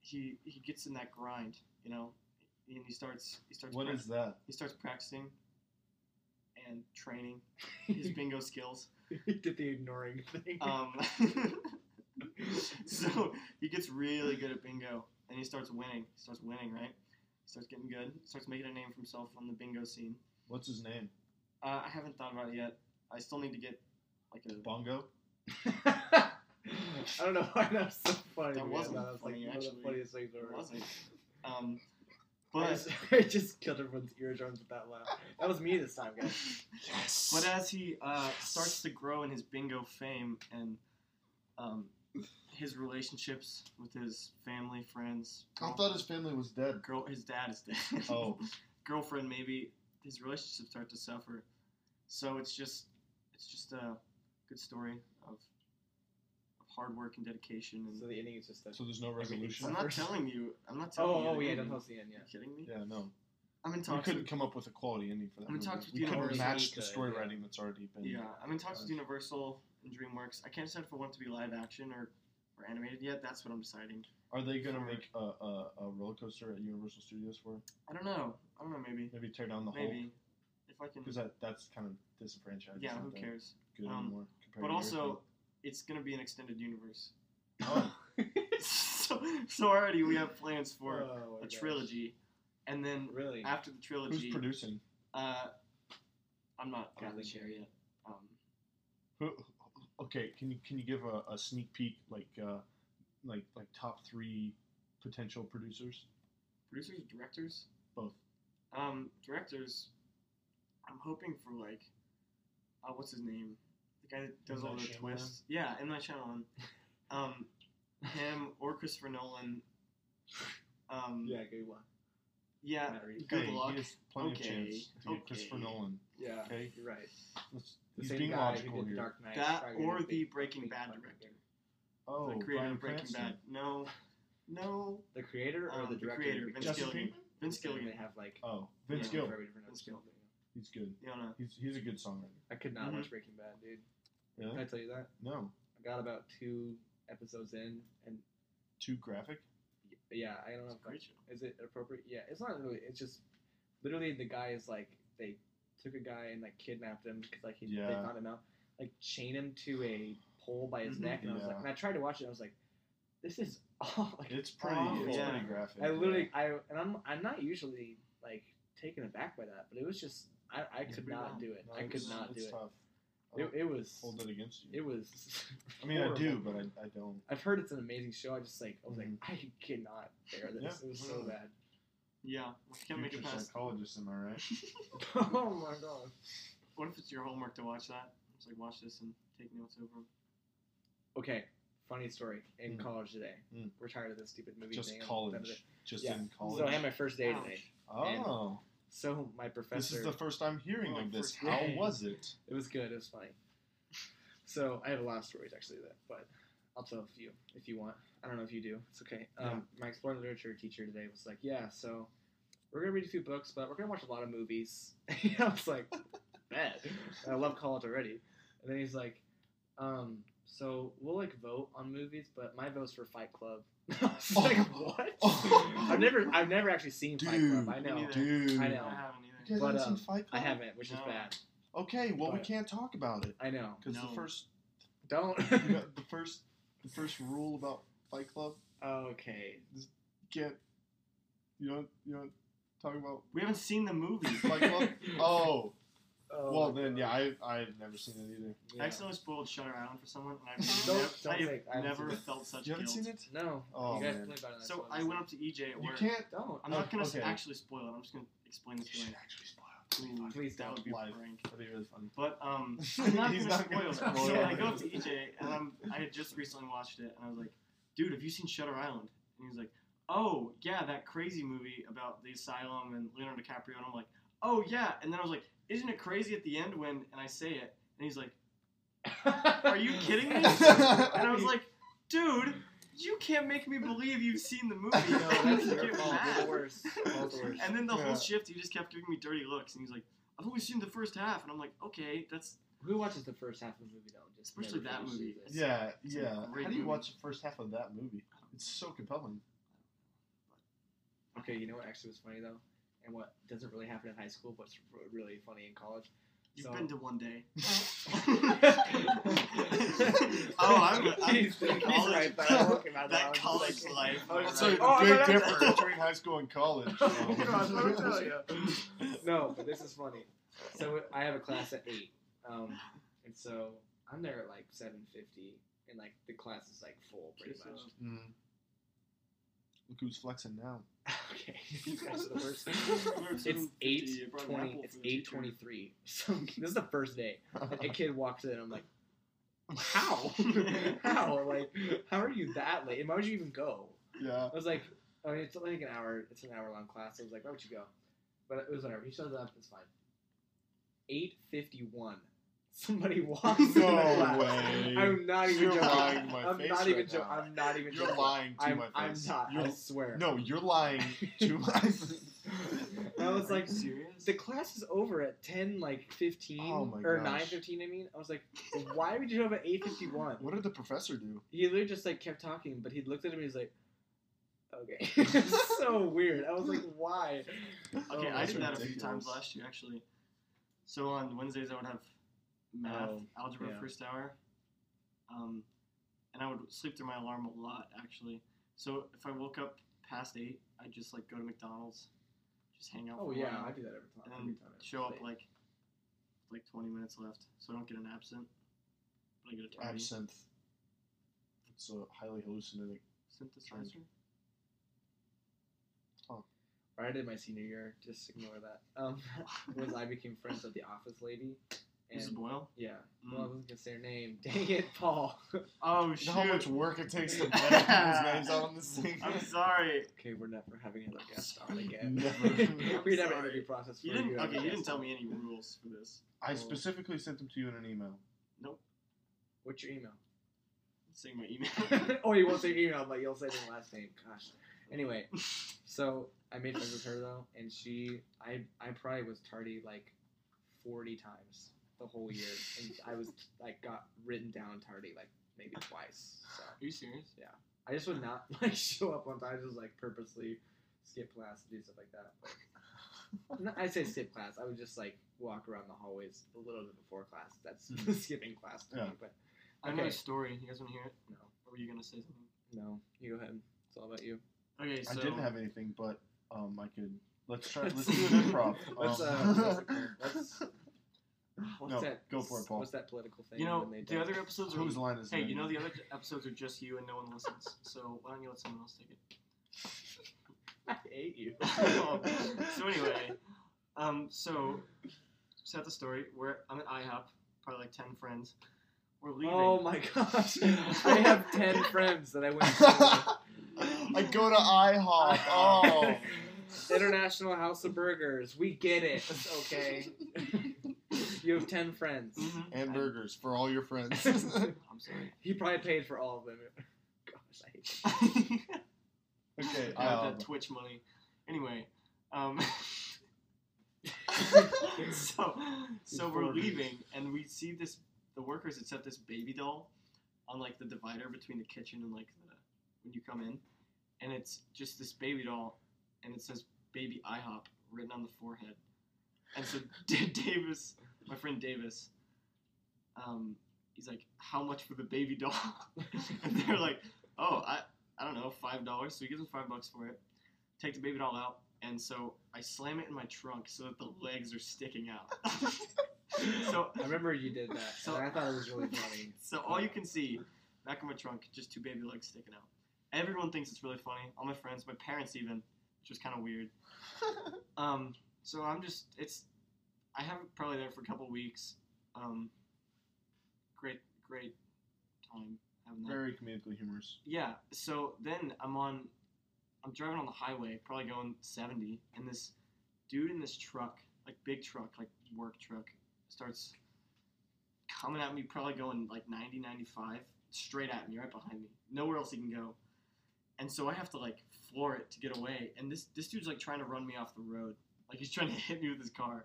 Speaker 4: he he gets in that grind, you know, and he starts he starts
Speaker 3: What
Speaker 4: prac-
Speaker 3: is that?
Speaker 4: he starts practicing and training his bingo skills.
Speaker 2: did the ignoring thing.
Speaker 4: Um, so he gets really good at bingo, and he starts winning. He starts winning, right? He starts getting good. Starts making a name for himself on the bingo scene.
Speaker 3: What's his name?
Speaker 4: Uh, I haven't thought about it yet. I still need to get like a
Speaker 3: Bongo?
Speaker 2: I don't know why that was so funny.
Speaker 4: That
Speaker 2: man.
Speaker 4: wasn't
Speaker 2: that was
Speaker 4: funny,
Speaker 2: like one of
Speaker 4: actually.
Speaker 2: the funniest things ever.
Speaker 4: It wasn't. um,
Speaker 2: I
Speaker 4: but
Speaker 2: just, I just killed everyone's eardrums with that laugh. That was me this time, guys.
Speaker 3: Yes.
Speaker 4: But as he uh, starts to grow in his bingo fame and um, his relationships with his family, friends,
Speaker 3: I thought his family was dead.
Speaker 4: girl, his dad is dead.
Speaker 3: Oh.
Speaker 4: girlfriend, maybe his relationships start to suffer. So it's just, it's just a good story of, of hard work and dedication. And
Speaker 2: So the ending is just that.
Speaker 3: So there's no
Speaker 4: I'm
Speaker 3: resolution.
Speaker 4: not telling you. I'm not telling you.
Speaker 2: oh, oh,
Speaker 4: the
Speaker 2: yeah,
Speaker 4: ending.
Speaker 2: don't tell us the end,
Speaker 4: Are you
Speaker 2: yeah.
Speaker 4: kidding me?
Speaker 3: Yeah, no.
Speaker 4: I'm in
Speaker 3: We
Speaker 4: talks.
Speaker 3: couldn't
Speaker 4: With,
Speaker 3: come up with a quality ending for that.
Speaker 4: I'm in
Speaker 3: movie.
Speaker 4: talks with
Speaker 3: we couldn't
Speaker 4: Universal.
Speaker 3: match the
Speaker 2: Good,
Speaker 3: story
Speaker 2: yeah.
Speaker 3: writing that's already been.
Speaker 4: yeah, I'm in talks with
Speaker 3: Done.
Speaker 4: Universal and DreamWorks. I can't decide if I want it to be live action or, or animated yet. That's what I'm deciding.
Speaker 3: Are they gonna
Speaker 4: Sure.
Speaker 3: make a, a, a roller coaster at Universal Studios for it?
Speaker 4: I don't know. I don't know. Maybe.
Speaker 3: maybe tear down the whole
Speaker 4: Maybe. If I can.
Speaker 3: because that that's kind of disenfranchised.
Speaker 4: Yeah.
Speaker 3: It's
Speaker 4: Who
Speaker 3: not that
Speaker 4: cares?
Speaker 3: Good
Speaker 4: Um,
Speaker 3: anymore. compared
Speaker 4: But
Speaker 3: to
Speaker 4: also,
Speaker 3: everything.
Speaker 4: it's gonna be an extended universe.
Speaker 3: Oh.
Speaker 4: so, so already we have plans for
Speaker 2: Oh, my
Speaker 4: a
Speaker 2: gosh.
Speaker 4: trilogy, and then
Speaker 2: Really?
Speaker 4: after the
Speaker 3: who's
Speaker 4: trilogy,
Speaker 3: producing?
Speaker 4: uh, I'm not I'm
Speaker 2: Kathleen
Speaker 4: not sure
Speaker 2: Kennedy.
Speaker 4: yet. Um,
Speaker 3: Who? Okay, can you can you give a, a sneak peek like uh, like like top three potential producers?
Speaker 4: producers, directors,
Speaker 3: Both.
Speaker 4: um, directors. I'm hoping for like, uh, what's his name? The guy that does
Speaker 3: M.
Speaker 4: all the
Speaker 3: Night Shyamalan?
Speaker 4: twists. Yeah, M Night Shyamalan. um, him or Christopher Nolan. Um,
Speaker 2: Yeah, good one.
Speaker 4: yeah,
Speaker 2: Matt Reeves.
Speaker 4: Good
Speaker 3: hey,
Speaker 4: luck.
Speaker 3: He has plenty
Speaker 4: Okay,
Speaker 3: of chance to
Speaker 4: okay.
Speaker 3: get Christopher Nolan.
Speaker 2: Yeah,
Speaker 3: Okay,
Speaker 2: you're right.
Speaker 3: Let's,
Speaker 2: The
Speaker 3: he's
Speaker 2: same
Speaker 3: being
Speaker 2: guy who
Speaker 3: logical
Speaker 2: did The
Speaker 3: here.
Speaker 2: Dark Knight.
Speaker 4: That
Speaker 2: probably gonna
Speaker 4: or
Speaker 2: be
Speaker 4: the
Speaker 2: big-
Speaker 4: Breaking
Speaker 2: big
Speaker 4: Bad
Speaker 2: fucking
Speaker 4: director.
Speaker 2: thing.
Speaker 3: Oh,
Speaker 4: the creator
Speaker 3: Bryan
Speaker 4: of Breaking
Speaker 3: Cranston.
Speaker 4: Bad. No, no.
Speaker 2: The creator or
Speaker 4: Um,
Speaker 2: the
Speaker 4: the
Speaker 2: director?
Speaker 4: creator,
Speaker 2: Because
Speaker 4: Vince
Speaker 2: they're
Speaker 3: Jesse
Speaker 4: Gilligan.
Speaker 3: Pinkman?
Speaker 4: Vince
Speaker 2: saying
Speaker 4: Gilligan.
Speaker 2: They have like.
Speaker 3: Oh, Vince
Speaker 4: Yeah.
Speaker 3: Gill.
Speaker 2: very different
Speaker 4: Vince
Speaker 2: episodes.
Speaker 3: He's good.
Speaker 4: You don't know.
Speaker 3: He's he's a good songwriter.
Speaker 2: I could not
Speaker 4: Mhm.
Speaker 2: watch Breaking Bad, dude. Can
Speaker 3: Yeah.
Speaker 2: I tell you that?
Speaker 3: No,
Speaker 2: I got about two episodes in, and
Speaker 3: too graphic.
Speaker 2: yeah, I don't know.
Speaker 4: It's a
Speaker 2: If I-
Speaker 4: great show.
Speaker 2: is it appropriate? Yeah, it's not really. It's just literally the guy is like they took a guy and like kidnapped him because like he they
Speaker 3: Yeah.
Speaker 2: found him out, like chain him to a pole by his
Speaker 4: Mhm.
Speaker 2: neck, and I was like,
Speaker 3: Mm-hmm. Yeah.
Speaker 2: and I tried to watch it, and I was like, this is awful. Like,
Speaker 3: It's pretty.
Speaker 2: awful.
Speaker 3: It's
Speaker 4: Yeah.
Speaker 3: pretty graphic.
Speaker 2: I literally,
Speaker 3: yeah.
Speaker 2: I and I'm I'm not usually like taken aback by that, but it was just I, I
Speaker 4: It's
Speaker 2: could
Speaker 4: pretty
Speaker 2: not
Speaker 4: wild.
Speaker 2: do it.
Speaker 3: No,
Speaker 2: I could
Speaker 3: it's-
Speaker 2: not do
Speaker 3: it's
Speaker 2: it.
Speaker 3: tough. I
Speaker 2: It,
Speaker 3: don't
Speaker 2: it was
Speaker 3: hold it against you.
Speaker 2: it was.
Speaker 3: I mean, I do,
Speaker 2: horrible.
Speaker 3: but I, I don't.
Speaker 2: I've heard it's an amazing show. I just like I was
Speaker 3: Mhm.
Speaker 2: like I cannot bear this.
Speaker 3: Yeah.
Speaker 2: It was so
Speaker 3: Mhm.
Speaker 2: bad.
Speaker 4: Yeah, we can't make it
Speaker 3: Future
Speaker 4: past.
Speaker 3: psychologist, am I right?
Speaker 2: oh my god.
Speaker 4: What if it's your homework to watch that? It's like watch this and take notes over. 'em.
Speaker 2: Okay, funny story. In
Speaker 3: Mm.
Speaker 2: college today,
Speaker 3: Mm.
Speaker 2: we're tired of this stupid movie
Speaker 3: Just
Speaker 2: thing.
Speaker 3: college. Just
Speaker 2: Yeah.
Speaker 3: in college.
Speaker 2: So I had my first day
Speaker 4: Ouch.
Speaker 2: today.
Speaker 3: oh,
Speaker 2: So my
Speaker 3: this
Speaker 2: professor,
Speaker 3: is the first I'm hearing
Speaker 4: Oh,
Speaker 3: of this.
Speaker 4: first
Speaker 3: How
Speaker 2: day.
Speaker 3: was it?
Speaker 2: it was good. It was funny. So I have a lot of stories actually that, but I'll tell a few if you want. I don't know if you do. It's okay. Um, My exploring literature teacher today was like, "Yeah, so we're gonna read a few books, but we're gonna watch a lot of movies." And I was like, "Bet." I love college already. And then he's like, um, "So we'll like vote on movies, but my vote's for Fight Club." I was like, "What?" I've never, I've never actually seen Fight Club. I
Speaker 4: Dude,
Speaker 2: know,
Speaker 4: me neither.
Speaker 3: Dude.
Speaker 2: I know.
Speaker 4: I haven't either.
Speaker 3: You guys
Speaker 2: But,
Speaker 3: haven't seen
Speaker 2: um,
Speaker 3: Fight
Speaker 2: I
Speaker 3: Club?
Speaker 2: haven't, which is
Speaker 4: No.
Speaker 2: bad.
Speaker 3: Okay, well, we
Speaker 2: But-
Speaker 3: can't talk about it
Speaker 2: I know.
Speaker 3: because
Speaker 4: No.
Speaker 3: the first,
Speaker 2: Don't.
Speaker 3: you know, the first, the first rule about Fight Club
Speaker 2: okay.
Speaker 3: can't. You don't. You don't talk about
Speaker 4: We haven't seen the movie.
Speaker 3: Fight Club. Oh,
Speaker 2: Oh
Speaker 3: well
Speaker 2: my
Speaker 3: then,
Speaker 2: God.
Speaker 3: yeah, I I've never seen it either.
Speaker 4: I accidentally spoiled Shutter Island for someone, and I've
Speaker 2: Don't-
Speaker 4: never,
Speaker 2: don't
Speaker 4: I have
Speaker 2: say- I haven't
Speaker 4: never
Speaker 2: seen it.
Speaker 4: felt such
Speaker 3: You haven't
Speaker 4: guilt.
Speaker 3: seen it?
Speaker 2: No.
Speaker 3: Oh,
Speaker 2: you guys
Speaker 3: man.
Speaker 2: played about it.
Speaker 4: So I went up to EJ at
Speaker 3: You
Speaker 4: work.
Speaker 3: can't. Oh,
Speaker 2: Don't.
Speaker 4: I'm not gonna s-
Speaker 3: Okay.
Speaker 4: actually spoil it. I'm just gonna explain this to
Speaker 3: actually spoil.
Speaker 4: you.
Speaker 2: Please
Speaker 4: That
Speaker 2: don't.
Speaker 4: would be
Speaker 3: Live.
Speaker 4: frank.
Speaker 3: That'd be really funny.
Speaker 4: But um, I'm not
Speaker 3: He's
Speaker 4: gonna
Speaker 3: not gonna
Speaker 4: spoil it.
Speaker 2: spoil
Speaker 4: so
Speaker 2: it.
Speaker 4: I go up to EJ and I'm, I had just recently watched it, and I was like, "Dude, have you seen Shutter Island?" And he was like, "Oh yeah, that crazy movie about the asylum and Leonardo DiCaprio." And I'm like, "Oh yeah," and then I was like, "Isn't it crazy at the end when?" And I say it, and he's like,
Speaker 2: Are
Speaker 4: you kidding me?
Speaker 2: and
Speaker 4: and I was like, "Dude, You can't make me believe you've seen the movie.
Speaker 2: No, that's
Speaker 4: You
Speaker 2: your
Speaker 4: get
Speaker 2: fault. You're
Speaker 4: mad.
Speaker 2: the worst. Paul's the worst.
Speaker 4: And then the
Speaker 3: Yeah.
Speaker 4: whole shift, he just kept giving me dirty looks, and he's like, "I've only seen the first half," and I'm like, "Okay, that's
Speaker 2: Who watches the first half of the movie though? and Just
Speaker 4: Especially
Speaker 2: never
Speaker 4: that
Speaker 2: finishes
Speaker 4: movie.
Speaker 2: it?
Speaker 3: Yeah,
Speaker 4: It's a
Speaker 3: yeah.
Speaker 4: great
Speaker 3: How do you
Speaker 4: movie.
Speaker 3: watch the first half of that movie? It's so compelling.
Speaker 2: Okay, you know what actually was funny though, and what doesn't really happen in high school, but's r- really funny in college.
Speaker 4: you've
Speaker 2: So-
Speaker 4: been to one day."
Speaker 2: oh,
Speaker 4: oh, I'm, I'm
Speaker 2: He's- he's
Speaker 4: college-
Speaker 2: right, but I won't give out
Speaker 4: that
Speaker 2: loud.
Speaker 4: college life.
Speaker 2: Oh,
Speaker 3: It's like
Speaker 4: right?
Speaker 2: Oh, I
Speaker 3: a big
Speaker 2: forgot that.
Speaker 3: difference between high school and college.
Speaker 2: Oh,
Speaker 4: gosh, I would
Speaker 2: tell ya. no, but this is funny. So I have a class at eight, um, and so I'm there at like seven fifty, and like the class is like full pretty
Speaker 4: Kiss
Speaker 2: much.
Speaker 4: up.
Speaker 3: Mm. Look who's flexing now.
Speaker 2: Okay, you guys are the worst.
Speaker 4: We're at
Speaker 2: It's
Speaker 4: 7:50, I
Speaker 2: eight
Speaker 4: brought an
Speaker 2: twenty.
Speaker 4: apple
Speaker 2: It's
Speaker 4: for the
Speaker 2: eight
Speaker 4: teacher.
Speaker 2: twenty-three. So this is the first day. A kid walks in. I'm like, how? how? Like, how are you that late? And why would you even go?
Speaker 3: yeah.
Speaker 2: I was like, I mean, it's only like an hour. It's an hour long class. I was like, why would you go? But it was whatever. He shows up. It's fine. Eight fifty one. Somebody walks in the
Speaker 3: No
Speaker 2: class.
Speaker 3: way.
Speaker 2: I'm not even
Speaker 3: You're
Speaker 2: joking.
Speaker 3: lying in my
Speaker 2: I'm
Speaker 3: face
Speaker 2: not
Speaker 3: right
Speaker 2: even
Speaker 3: now.
Speaker 2: joking. I'm not even
Speaker 3: You're
Speaker 2: joking.
Speaker 3: lying to
Speaker 2: I'm,
Speaker 3: my
Speaker 2: I'm
Speaker 3: face.
Speaker 2: not. I
Speaker 3: You're-
Speaker 2: swear.
Speaker 3: No, you're lying to my
Speaker 2: I was
Speaker 4: Are you
Speaker 2: like,
Speaker 4: serious?
Speaker 2: the class is over at ten like fifteen
Speaker 3: Oh my
Speaker 2: or
Speaker 3: gosh.
Speaker 2: nine fifteen. I mean, I was like, why would you show up at eight fifty one?
Speaker 3: What did the professor do?
Speaker 2: He literally just like kept talking, but he looked at him. and He's like, okay, It's so weird. I was like, why?
Speaker 4: Okay,
Speaker 3: Oh,
Speaker 4: I
Speaker 3: that's
Speaker 4: did that a few
Speaker 3: ridiculous.
Speaker 4: times last year actually. So on Wednesdays I would have math,
Speaker 2: Oh,
Speaker 4: algebra
Speaker 2: yeah.
Speaker 4: first hour, um, and I would sleep through my alarm a lot actually. So if I woke up past eight, I'd just like go to McDonald's, just hang out.
Speaker 2: Oh
Speaker 4: for
Speaker 2: yeah,
Speaker 4: a
Speaker 2: I
Speaker 4: while,
Speaker 2: do that every time. every
Speaker 4: and
Speaker 2: time I
Speaker 4: show up
Speaker 2: sleep.
Speaker 4: like like twenty minutes left, so I don't get an absent. But I get a tardy.
Speaker 3: Absinthe. It's a highly hallucinogenic.
Speaker 4: synthesizer.
Speaker 2: Or I did my senior year. Just ignore that. Um, was I became friends with the office lady,
Speaker 4: Mrs.
Speaker 2: and
Speaker 4: Boyle.
Speaker 2: yeah,
Speaker 4: Mm.
Speaker 2: well, I wasn't gonna say her name. Dang it, Paul.
Speaker 4: Oh
Speaker 3: You
Speaker 4: shoot!
Speaker 3: know how much work it takes to blend people's names out on this thing?
Speaker 4: I'm sorry.
Speaker 2: okay, we're never having another
Speaker 4: I'm
Speaker 2: guest on
Speaker 4: sorry.
Speaker 2: again.
Speaker 3: Never.
Speaker 2: We'd have an
Speaker 4: Sorry.
Speaker 2: interview process.
Speaker 4: You
Speaker 2: for
Speaker 4: didn't.
Speaker 2: to have a
Speaker 4: Okay, you didn't
Speaker 2: guest
Speaker 4: tell
Speaker 2: on.
Speaker 4: me any rules for this.
Speaker 3: I specifically sent them to you in an email.
Speaker 4: Nope.
Speaker 2: What's your email?
Speaker 4: Saying my email.
Speaker 2: oh, you won't say email, but you'll say the last name. Gosh. Anyway, so I made friends with her though, and she, I, I probably was tardy like forty times the whole year, and I was like got written down tardy like maybe twice. So
Speaker 4: Are you serious?
Speaker 2: I just would not like show up on time, just like purposely skip class and do stuff like that. But No, I say skip class. I would just like walk around the hallways a little bit before class. That's
Speaker 3: Mhm.
Speaker 2: skipping class to me.
Speaker 3: Yeah.
Speaker 2: But
Speaker 4: I know
Speaker 2: Okay.
Speaker 4: a story. You guys want to hear it?
Speaker 2: no,
Speaker 4: Or were you gonna say something?
Speaker 2: no, you go ahead. It's all about you.
Speaker 4: Okay, so
Speaker 3: I didn't have anything, but um, I could. Let's try. Let's do an improv.
Speaker 2: Let's,
Speaker 3: Um,
Speaker 2: uh, let's- What's
Speaker 3: No,
Speaker 2: that?
Speaker 3: go for it, Paul.
Speaker 2: What's that political thing?
Speaker 4: you know
Speaker 2: when they
Speaker 4: the
Speaker 2: don't-
Speaker 4: other episodes
Speaker 3: whose
Speaker 4: are.
Speaker 3: line is
Speaker 4: Hey,
Speaker 3: it
Speaker 4: you know the
Speaker 3: anyway?
Speaker 4: other episodes are just you and no one listens. So why don't you let someone else take it?
Speaker 2: I hate you.
Speaker 4: so anyway, um, so set the story. We're I'm at IHOP, probably like ten friends. We're leaving.
Speaker 2: oh my gosh! I have ten friends that I went to
Speaker 3: I go to IHOP. Oh.
Speaker 2: International House of Burgers. We get it. It's okay. you have ten friends.
Speaker 4: Mhm.
Speaker 3: And burgers for all your friends.
Speaker 4: I'm sorry.
Speaker 2: He probably paid for all of them. Gosh, I hate you.
Speaker 3: okay.
Speaker 4: I
Speaker 3: um,
Speaker 4: got that Twitch money. Anyway, um, so so we're
Speaker 2: Burgers.
Speaker 4: leaving, and we see this. The workers had set this baby doll on like the divider between the kitchen and like the when you come in, and it's just this baby doll, and it says "Baby IHOP" written on the forehead. And so D- Davis, my friend Davis, um, he's like, "How much for the baby doll?" and they're like, "Oh, I, I don't know, five dollars." So he gives them five bucks for it. Take the baby doll out, and so I slam it in my trunk so that the legs are sticking out. so,
Speaker 2: I remember you did that,
Speaker 4: So-
Speaker 2: and I thought it was really funny.
Speaker 4: so all you can see back in my trunk, just two baby legs sticking out. Everyone thinks it's really funny. All my friends, my parents even, which was kind of weird. Um, so I'm just it's I have it probably there for a couple weeks. Um, great great time having that.
Speaker 3: very comedically humorous.
Speaker 4: Yeah. So then I'm on, I'm driving on the highway, probably going 70, and this dude in this truck, like big truck, like work truck, starts coming at me, probably going like 90, 95, straight at me, right behind me. Nowhere else he can go. And so I have to like floor it to get away. And this this dude's like trying to run me off the road. Like he's trying to hit me with his car.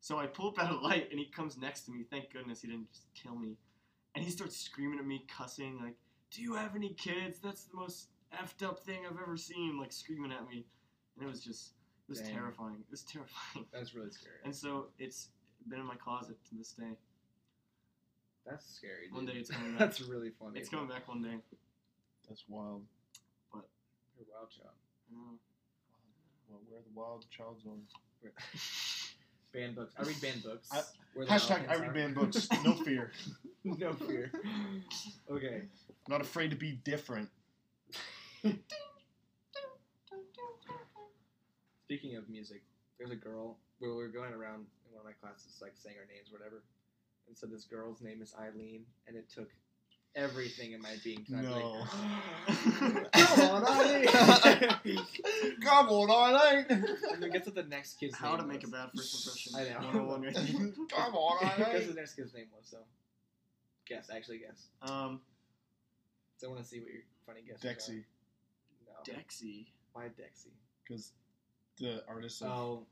Speaker 4: So I pull up at a light and he comes next to me. Thank goodness he didn't just kill me. And he starts screaming at me, cussing, like, Do you have any kids? That's the most effed up thing I've ever seen, like screaming at me. And it was just it was
Speaker 2: Dang.
Speaker 4: terrifying. It was terrifying.
Speaker 2: That's really scary.
Speaker 4: And so it's been in my closet to this day.
Speaker 2: That's scary. Dude.
Speaker 4: One day it's coming back.
Speaker 2: That's really funny.
Speaker 4: It's coming back one day.
Speaker 3: That's wild.
Speaker 2: You're a wild child.
Speaker 4: I know.
Speaker 3: Well, where the wild child zone.
Speaker 2: Banned books. I read banned books.
Speaker 3: I-
Speaker 2: Where the
Speaker 3: Hashtag
Speaker 2: Pelicans
Speaker 3: I read
Speaker 2: are.
Speaker 3: banned books. No fear.
Speaker 2: no fear. Okay.
Speaker 3: Not afraid to be different.
Speaker 2: Speaking of music, there's a girl. We were going around in one of my classes, like saying our names, whatever. And so this girl's name is Eileen, and it took everything in my being to not be like,
Speaker 3: No.
Speaker 2: come on, Eileen.
Speaker 3: Come on, Eileen.
Speaker 2: and then guess what the next kid's
Speaker 4: How
Speaker 2: name
Speaker 4: to make a
Speaker 2: was?
Speaker 4: bad first impression.
Speaker 2: I know.
Speaker 4: 101 right there.
Speaker 3: Come on,
Speaker 2: Guess what
Speaker 3: Eileen.
Speaker 2: the next kid's name was. So, guess actually guess.
Speaker 4: Um,
Speaker 2: So I want to see what your funny guesses are.
Speaker 3: Dexy,
Speaker 2: No.
Speaker 4: Dexy.
Speaker 2: Why Dexy?
Speaker 3: because the artist of
Speaker 2: Oh,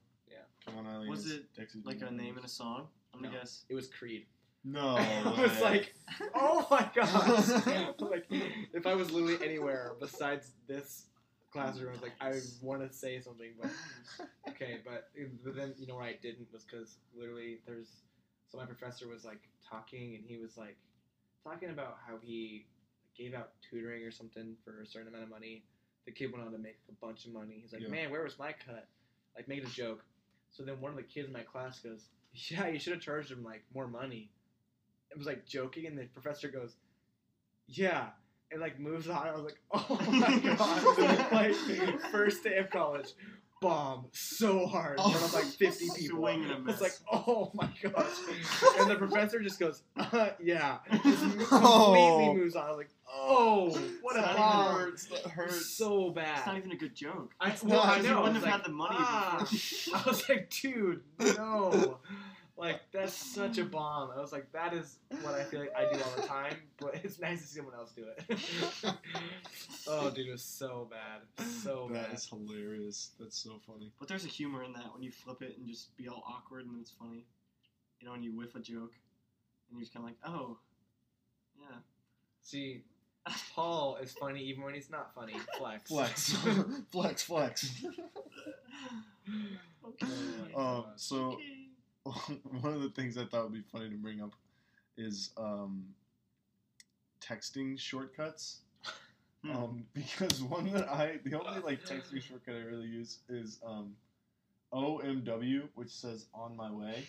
Speaker 3: Come on, Eileen.
Speaker 4: Was
Speaker 3: is
Speaker 4: it
Speaker 3: Dexy's
Speaker 4: Like a
Speaker 3: name.
Speaker 4: name in a song? I'm gonna
Speaker 2: No.
Speaker 4: guess.
Speaker 2: it was Creed.
Speaker 3: No.
Speaker 2: I was
Speaker 3: way.
Speaker 2: like, oh my god! like, if I was literally anywhere besides this classroom, I was like, I
Speaker 4: Nice.
Speaker 2: want to say something, but okay, but, but then you know why I didn't was because literally there's so my professor was like talking and he was like talking about how he gave out tutoring or something for a certain amount of money. The kid went on to make a bunch of money. He's like,
Speaker 3: Yeah.
Speaker 2: man, where was my cut? Like, making a joke. So then one of the kids in my class goes, yeah, you should have charged him like more money. It was like joking, and the professor goes, yeah. And like moves on. I was like, oh my god! like first day of college, bomb so hard in front of like 50 people.
Speaker 4: Oh, Swing and a
Speaker 2: It's
Speaker 4: miss.
Speaker 2: like, oh my gosh. And the professor just goes, uh, yeah. Just m-
Speaker 3: Oh.
Speaker 2: completely moves on. I was like, oh, what
Speaker 4: It's
Speaker 2: a
Speaker 4: not
Speaker 2: bomb.
Speaker 4: even-
Speaker 3: hurts. That hurts.
Speaker 2: So
Speaker 4: It's not
Speaker 2: bad.
Speaker 4: even a good joke.
Speaker 2: I,
Speaker 3: it's
Speaker 2: well,
Speaker 3: not,
Speaker 2: Ah. Oh, I
Speaker 4: Because
Speaker 2: know.
Speaker 4: You
Speaker 2: I was
Speaker 4: wouldn't have
Speaker 2: like,
Speaker 4: had the money
Speaker 2: ah.
Speaker 4: before.
Speaker 2: I was like, dude, no. Like, that's such a bomb. I was like, that is what I feel like I do all the time, but it's nice to see someone else do it. oh, dude, it was so bad. So
Speaker 3: That
Speaker 2: bad.
Speaker 3: is hilarious. That's so funny.
Speaker 4: But there's a humor in that when you flip it and just be all awkward and then it's funny. You know, and you whiff a joke and you're just kind of like, oh, yeah.
Speaker 2: See, Paul is funny even when he's not funny. Flex.
Speaker 3: Flex, flex, flex.
Speaker 2: Oh,
Speaker 3: Um,
Speaker 2: God.
Speaker 3: so one of the things I thought would be funny to bring up is um, texting shortcuts.
Speaker 4: Hmm.
Speaker 2: Oh.
Speaker 3: Um, because one that I, the only like texting shortcut I really use is um, OMW, which says on my way.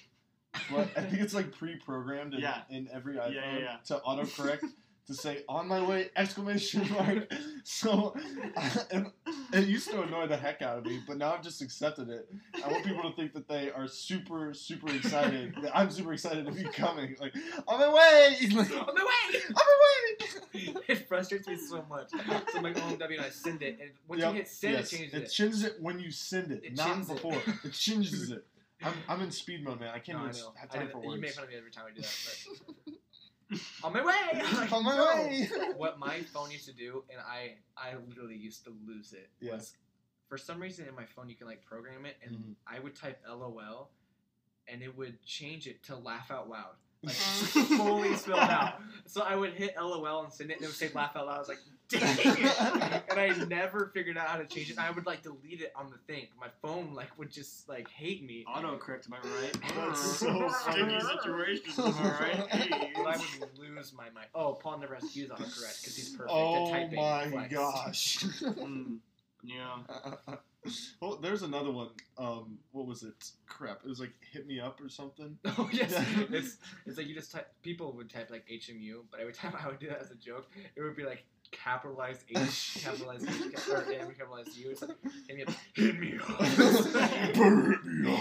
Speaker 3: But I think it's like pre-programmed in,
Speaker 4: Yeah.
Speaker 3: in every
Speaker 4: Yeah,
Speaker 3: iPhone
Speaker 4: yeah, yeah.
Speaker 3: to autocorrect to say on my way exclamation mark. So and it used to annoy the heck out of me, but now I've just accepted it. I want people to think that they are super, super excited. that I'm super excited to be coming. Like, on my way! Like, on
Speaker 2: On the way!
Speaker 3: my way!
Speaker 2: It frustrates me so much. So I'm like, OMW, and I send it. And once
Speaker 3: Yep,
Speaker 2: you hit send,
Speaker 3: yes,
Speaker 2: it changes
Speaker 3: it
Speaker 2: it.
Speaker 3: changes it when you send it,
Speaker 2: It
Speaker 3: not
Speaker 2: chins it.
Speaker 3: before. It changes it. I'm, I'm in speed mode, man. I
Speaker 2: No,
Speaker 3: can't
Speaker 2: I
Speaker 3: even
Speaker 2: know.
Speaker 3: have
Speaker 2: I
Speaker 3: time
Speaker 2: did-
Speaker 3: for
Speaker 2: you
Speaker 3: words.
Speaker 2: make fun of me every time I do that. But... On my way! I'm like,
Speaker 3: on my
Speaker 2: "No."
Speaker 3: way!
Speaker 2: What my phone used to do, and I, I literally used to lose it.
Speaker 3: Yeah.
Speaker 2: Was for some reason in my phone you can like program it, and
Speaker 3: Mhm.
Speaker 2: I would type LOL, and it would change it to laugh out loud. Like, fully
Speaker 4: fully
Speaker 2: spelled out. So I would hit LOL and send it, and it would say laugh out loud. I was like, dang it! And I never figured out how to change it. And I would like delete it on the thing. My phone like would just like hate me.
Speaker 4: Autocorrect, am I right?
Speaker 3: That's so
Speaker 4: sticky
Speaker 3: funny.
Speaker 4: situation, am I right?
Speaker 2: But I
Speaker 4: Hey.
Speaker 2: would lose my mind. Oh, Paul never has to use autocorrect because he's perfect at
Speaker 3: Oh
Speaker 2: typing.
Speaker 3: my
Speaker 2: Flex.
Speaker 3: gosh.
Speaker 4: Mm, yeah.
Speaker 3: oh, there's another one. Um, what was it? Crap. It was like hit me up or something.
Speaker 2: Oh yes, it's, it's like you just type. People would type like HMU, but every time I would do that as a joke, it would be like capitalized H, capitalized H, cap- or yeah, capitalized U. It's like hit me up, hit me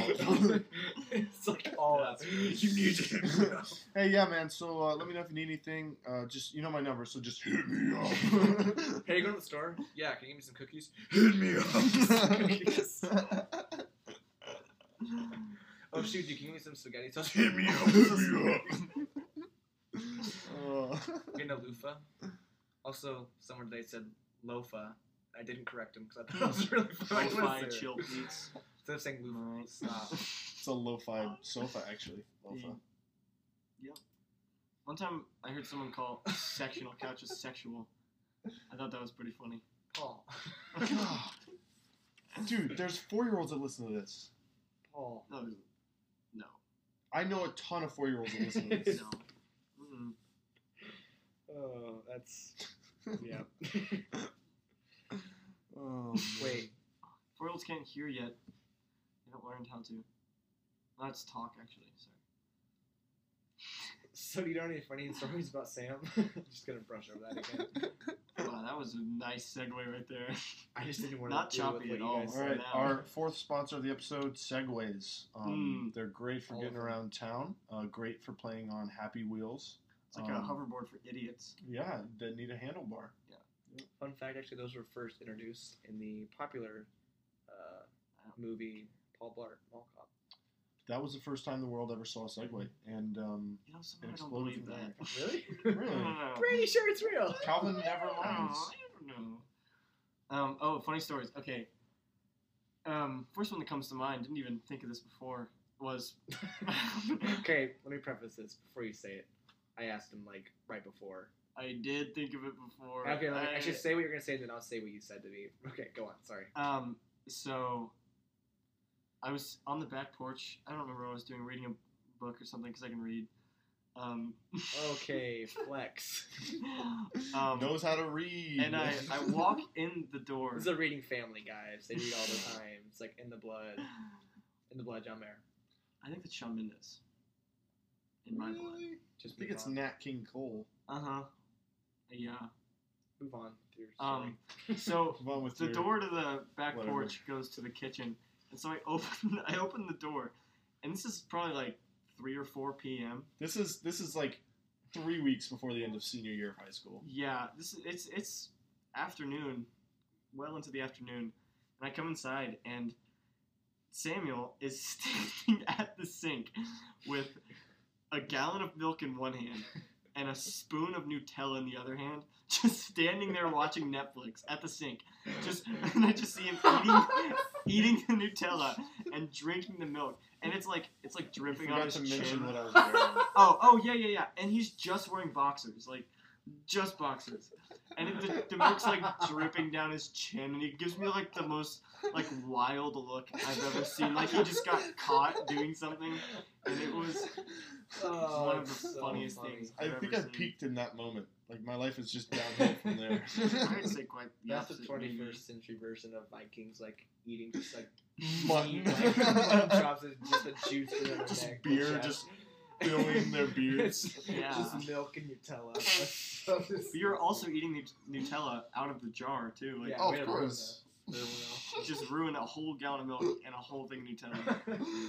Speaker 2: up. it's like all that. You need to hit me up.
Speaker 3: hey, yeah, man. So uh, let me know if you need anything. Uh, just you know my number, so just hit me up.
Speaker 2: Hey, you going to the store? Yeah, can you give me some cookies?
Speaker 3: hit me
Speaker 2: Oh shoot, you can give me some spaghetti sauce.
Speaker 3: hit me up. Hit me up.
Speaker 2: in a loofah. Also, someone today said lofa. I didn't correct him because I thought it was really funny. when I
Speaker 4: Lo-fi
Speaker 2: said it.
Speaker 4: chill beats.
Speaker 2: Instead of saying loofah,
Speaker 4: Alright.
Speaker 2: stop.
Speaker 3: It's a lo-fi sofa, actually. Lo-fi.
Speaker 4: Yep. One time I heard someone call sectional couches sexual. I thought that was pretty funny.
Speaker 2: Paul.
Speaker 3: Dude, there's four-year-olds that listen to this.
Speaker 2: Paul.
Speaker 4: No, no,
Speaker 3: I know a ton of four-year-olds that listen to this.
Speaker 4: no. Mm-mm.
Speaker 2: Oh, that's yeah.
Speaker 3: Oh,
Speaker 2: Wait,
Speaker 4: Four-year-olds can't hear yet. They haven't learned how to. Let's talk, actually. Sorry.
Speaker 2: so you don't have any funny stories about Sam? I'm just gonna brush over that again.
Speaker 4: Wow, that was a nice segue right there.
Speaker 2: I just didn't want
Speaker 4: Not
Speaker 2: to deal with
Speaker 4: choppy
Speaker 2: what
Speaker 4: at
Speaker 2: you
Speaker 4: all.
Speaker 2: guys
Speaker 3: All
Speaker 2: said.
Speaker 3: right,
Speaker 4: now-
Speaker 3: our fourth sponsor of the episode, Segways.
Speaker 4: Hmm.
Speaker 3: Um, They're great for
Speaker 2: All
Speaker 3: getting
Speaker 2: of them.
Speaker 3: around town. Uh, great for playing on Happy Wheels.
Speaker 4: It's like a
Speaker 3: Um,
Speaker 4: hoverboard for idiots.
Speaker 3: Yeah, that need a handlebar.
Speaker 2: Fun fact, actually, those were first introduced in the popular uh, movie Paul Blart Mall Cop.
Speaker 3: That was the first time the world ever saw a Segway, and um,
Speaker 4: You know, some
Speaker 3: it
Speaker 4: I don't
Speaker 3: exploded
Speaker 4: believe
Speaker 3: from
Speaker 4: that.
Speaker 3: there.
Speaker 2: Really?
Speaker 4: No,
Speaker 3: Really,
Speaker 4: no, no.
Speaker 2: Pretty sure it's real.
Speaker 3: Calvin never
Speaker 4: Oh,
Speaker 3: lies.
Speaker 4: I don't know. Um, oh, funny stories. Okay. Um, first one that comes to mind, didn't even think of this before, was
Speaker 2: okay, let me preface this before you say it. I asked him like right before.
Speaker 4: I did think of it before.
Speaker 2: Okay, like,
Speaker 4: I-
Speaker 2: I should say what you're gonna say, and then I'll say what you said to me. Okay, go on. Sorry.
Speaker 4: Um, so I was on the back porch. I don't remember what I was doing, reading a book or something because I can read. Um,
Speaker 2: Okay, flex.
Speaker 4: um,
Speaker 3: Knows how to read.
Speaker 4: and I, I walk in the door.
Speaker 2: This is a reading family, guys. They read all the time. It's like in the blood, in the blood, John Mayer.
Speaker 4: I think it's Shawn Mendes. In my blood.
Speaker 3: Really?
Speaker 2: Just
Speaker 3: I think
Speaker 2: move
Speaker 3: it's
Speaker 2: on.
Speaker 3: Nat King Cole.
Speaker 4: Uh huh. Yeah.
Speaker 2: move on. with your story.
Speaker 4: Um, so
Speaker 3: Come on with
Speaker 4: the
Speaker 3: your-
Speaker 4: door to the back
Speaker 3: Whatever.
Speaker 4: porch goes to the kitchen, and so I open I open the door, and this is probably like three or four p.m.
Speaker 3: This is this is like three weeks before the end of senior year of high school.
Speaker 4: Yeah, this is it's it's afternoon, well into the afternoon, and I come inside and Samuel is standing at the sink with a gallon of milk in one hand and a spoon of Nutella in the other hand, just standing there watching Netflix at the sink. Just and I just see him eating eating the Nutella and drinking the milk, and it's like it's like
Speaker 3: I
Speaker 4: dripping on
Speaker 3: forgot
Speaker 4: his
Speaker 3: to
Speaker 4: chin.
Speaker 3: mention what I was wearing.
Speaker 4: Oh, oh yeah, yeah, yeah. And he's just wearing boxers, like just boxers. And it, the, the milk's like dripping down his chin, and he gives me like the most like wild look I've ever seen. Like he just got caught doing something, and it was
Speaker 2: Oh,
Speaker 4: one of the
Speaker 2: it's so
Speaker 4: funniest
Speaker 2: funny.
Speaker 4: things
Speaker 3: I
Speaker 4: I've
Speaker 3: think I
Speaker 4: ever seen.
Speaker 3: peaked in that moment. Like my life is just downhill from there.
Speaker 4: I'd say quite the
Speaker 2: That's the
Speaker 4: opposite,
Speaker 2: twenty
Speaker 4: maybe.
Speaker 2: first century version of Vikings, like eating just like
Speaker 3: Mutton.
Speaker 2: meat, like, mutton chops and just the juice in their
Speaker 3: Just
Speaker 2: neck.
Speaker 3: beer,
Speaker 2: Yeah.
Speaker 3: just filling their beards.
Speaker 2: It's
Speaker 4: Yeah.
Speaker 2: Just milk and Nutella. That's-
Speaker 4: But you're also eating the Nutella out of the jar too. Like
Speaker 2: Yeah,
Speaker 3: Oh,
Speaker 2: way
Speaker 3: of
Speaker 2: to ruin
Speaker 3: course.
Speaker 2: that. Ruin it
Speaker 4: you just ruin a whole gallon of milk and a whole thing Nutella.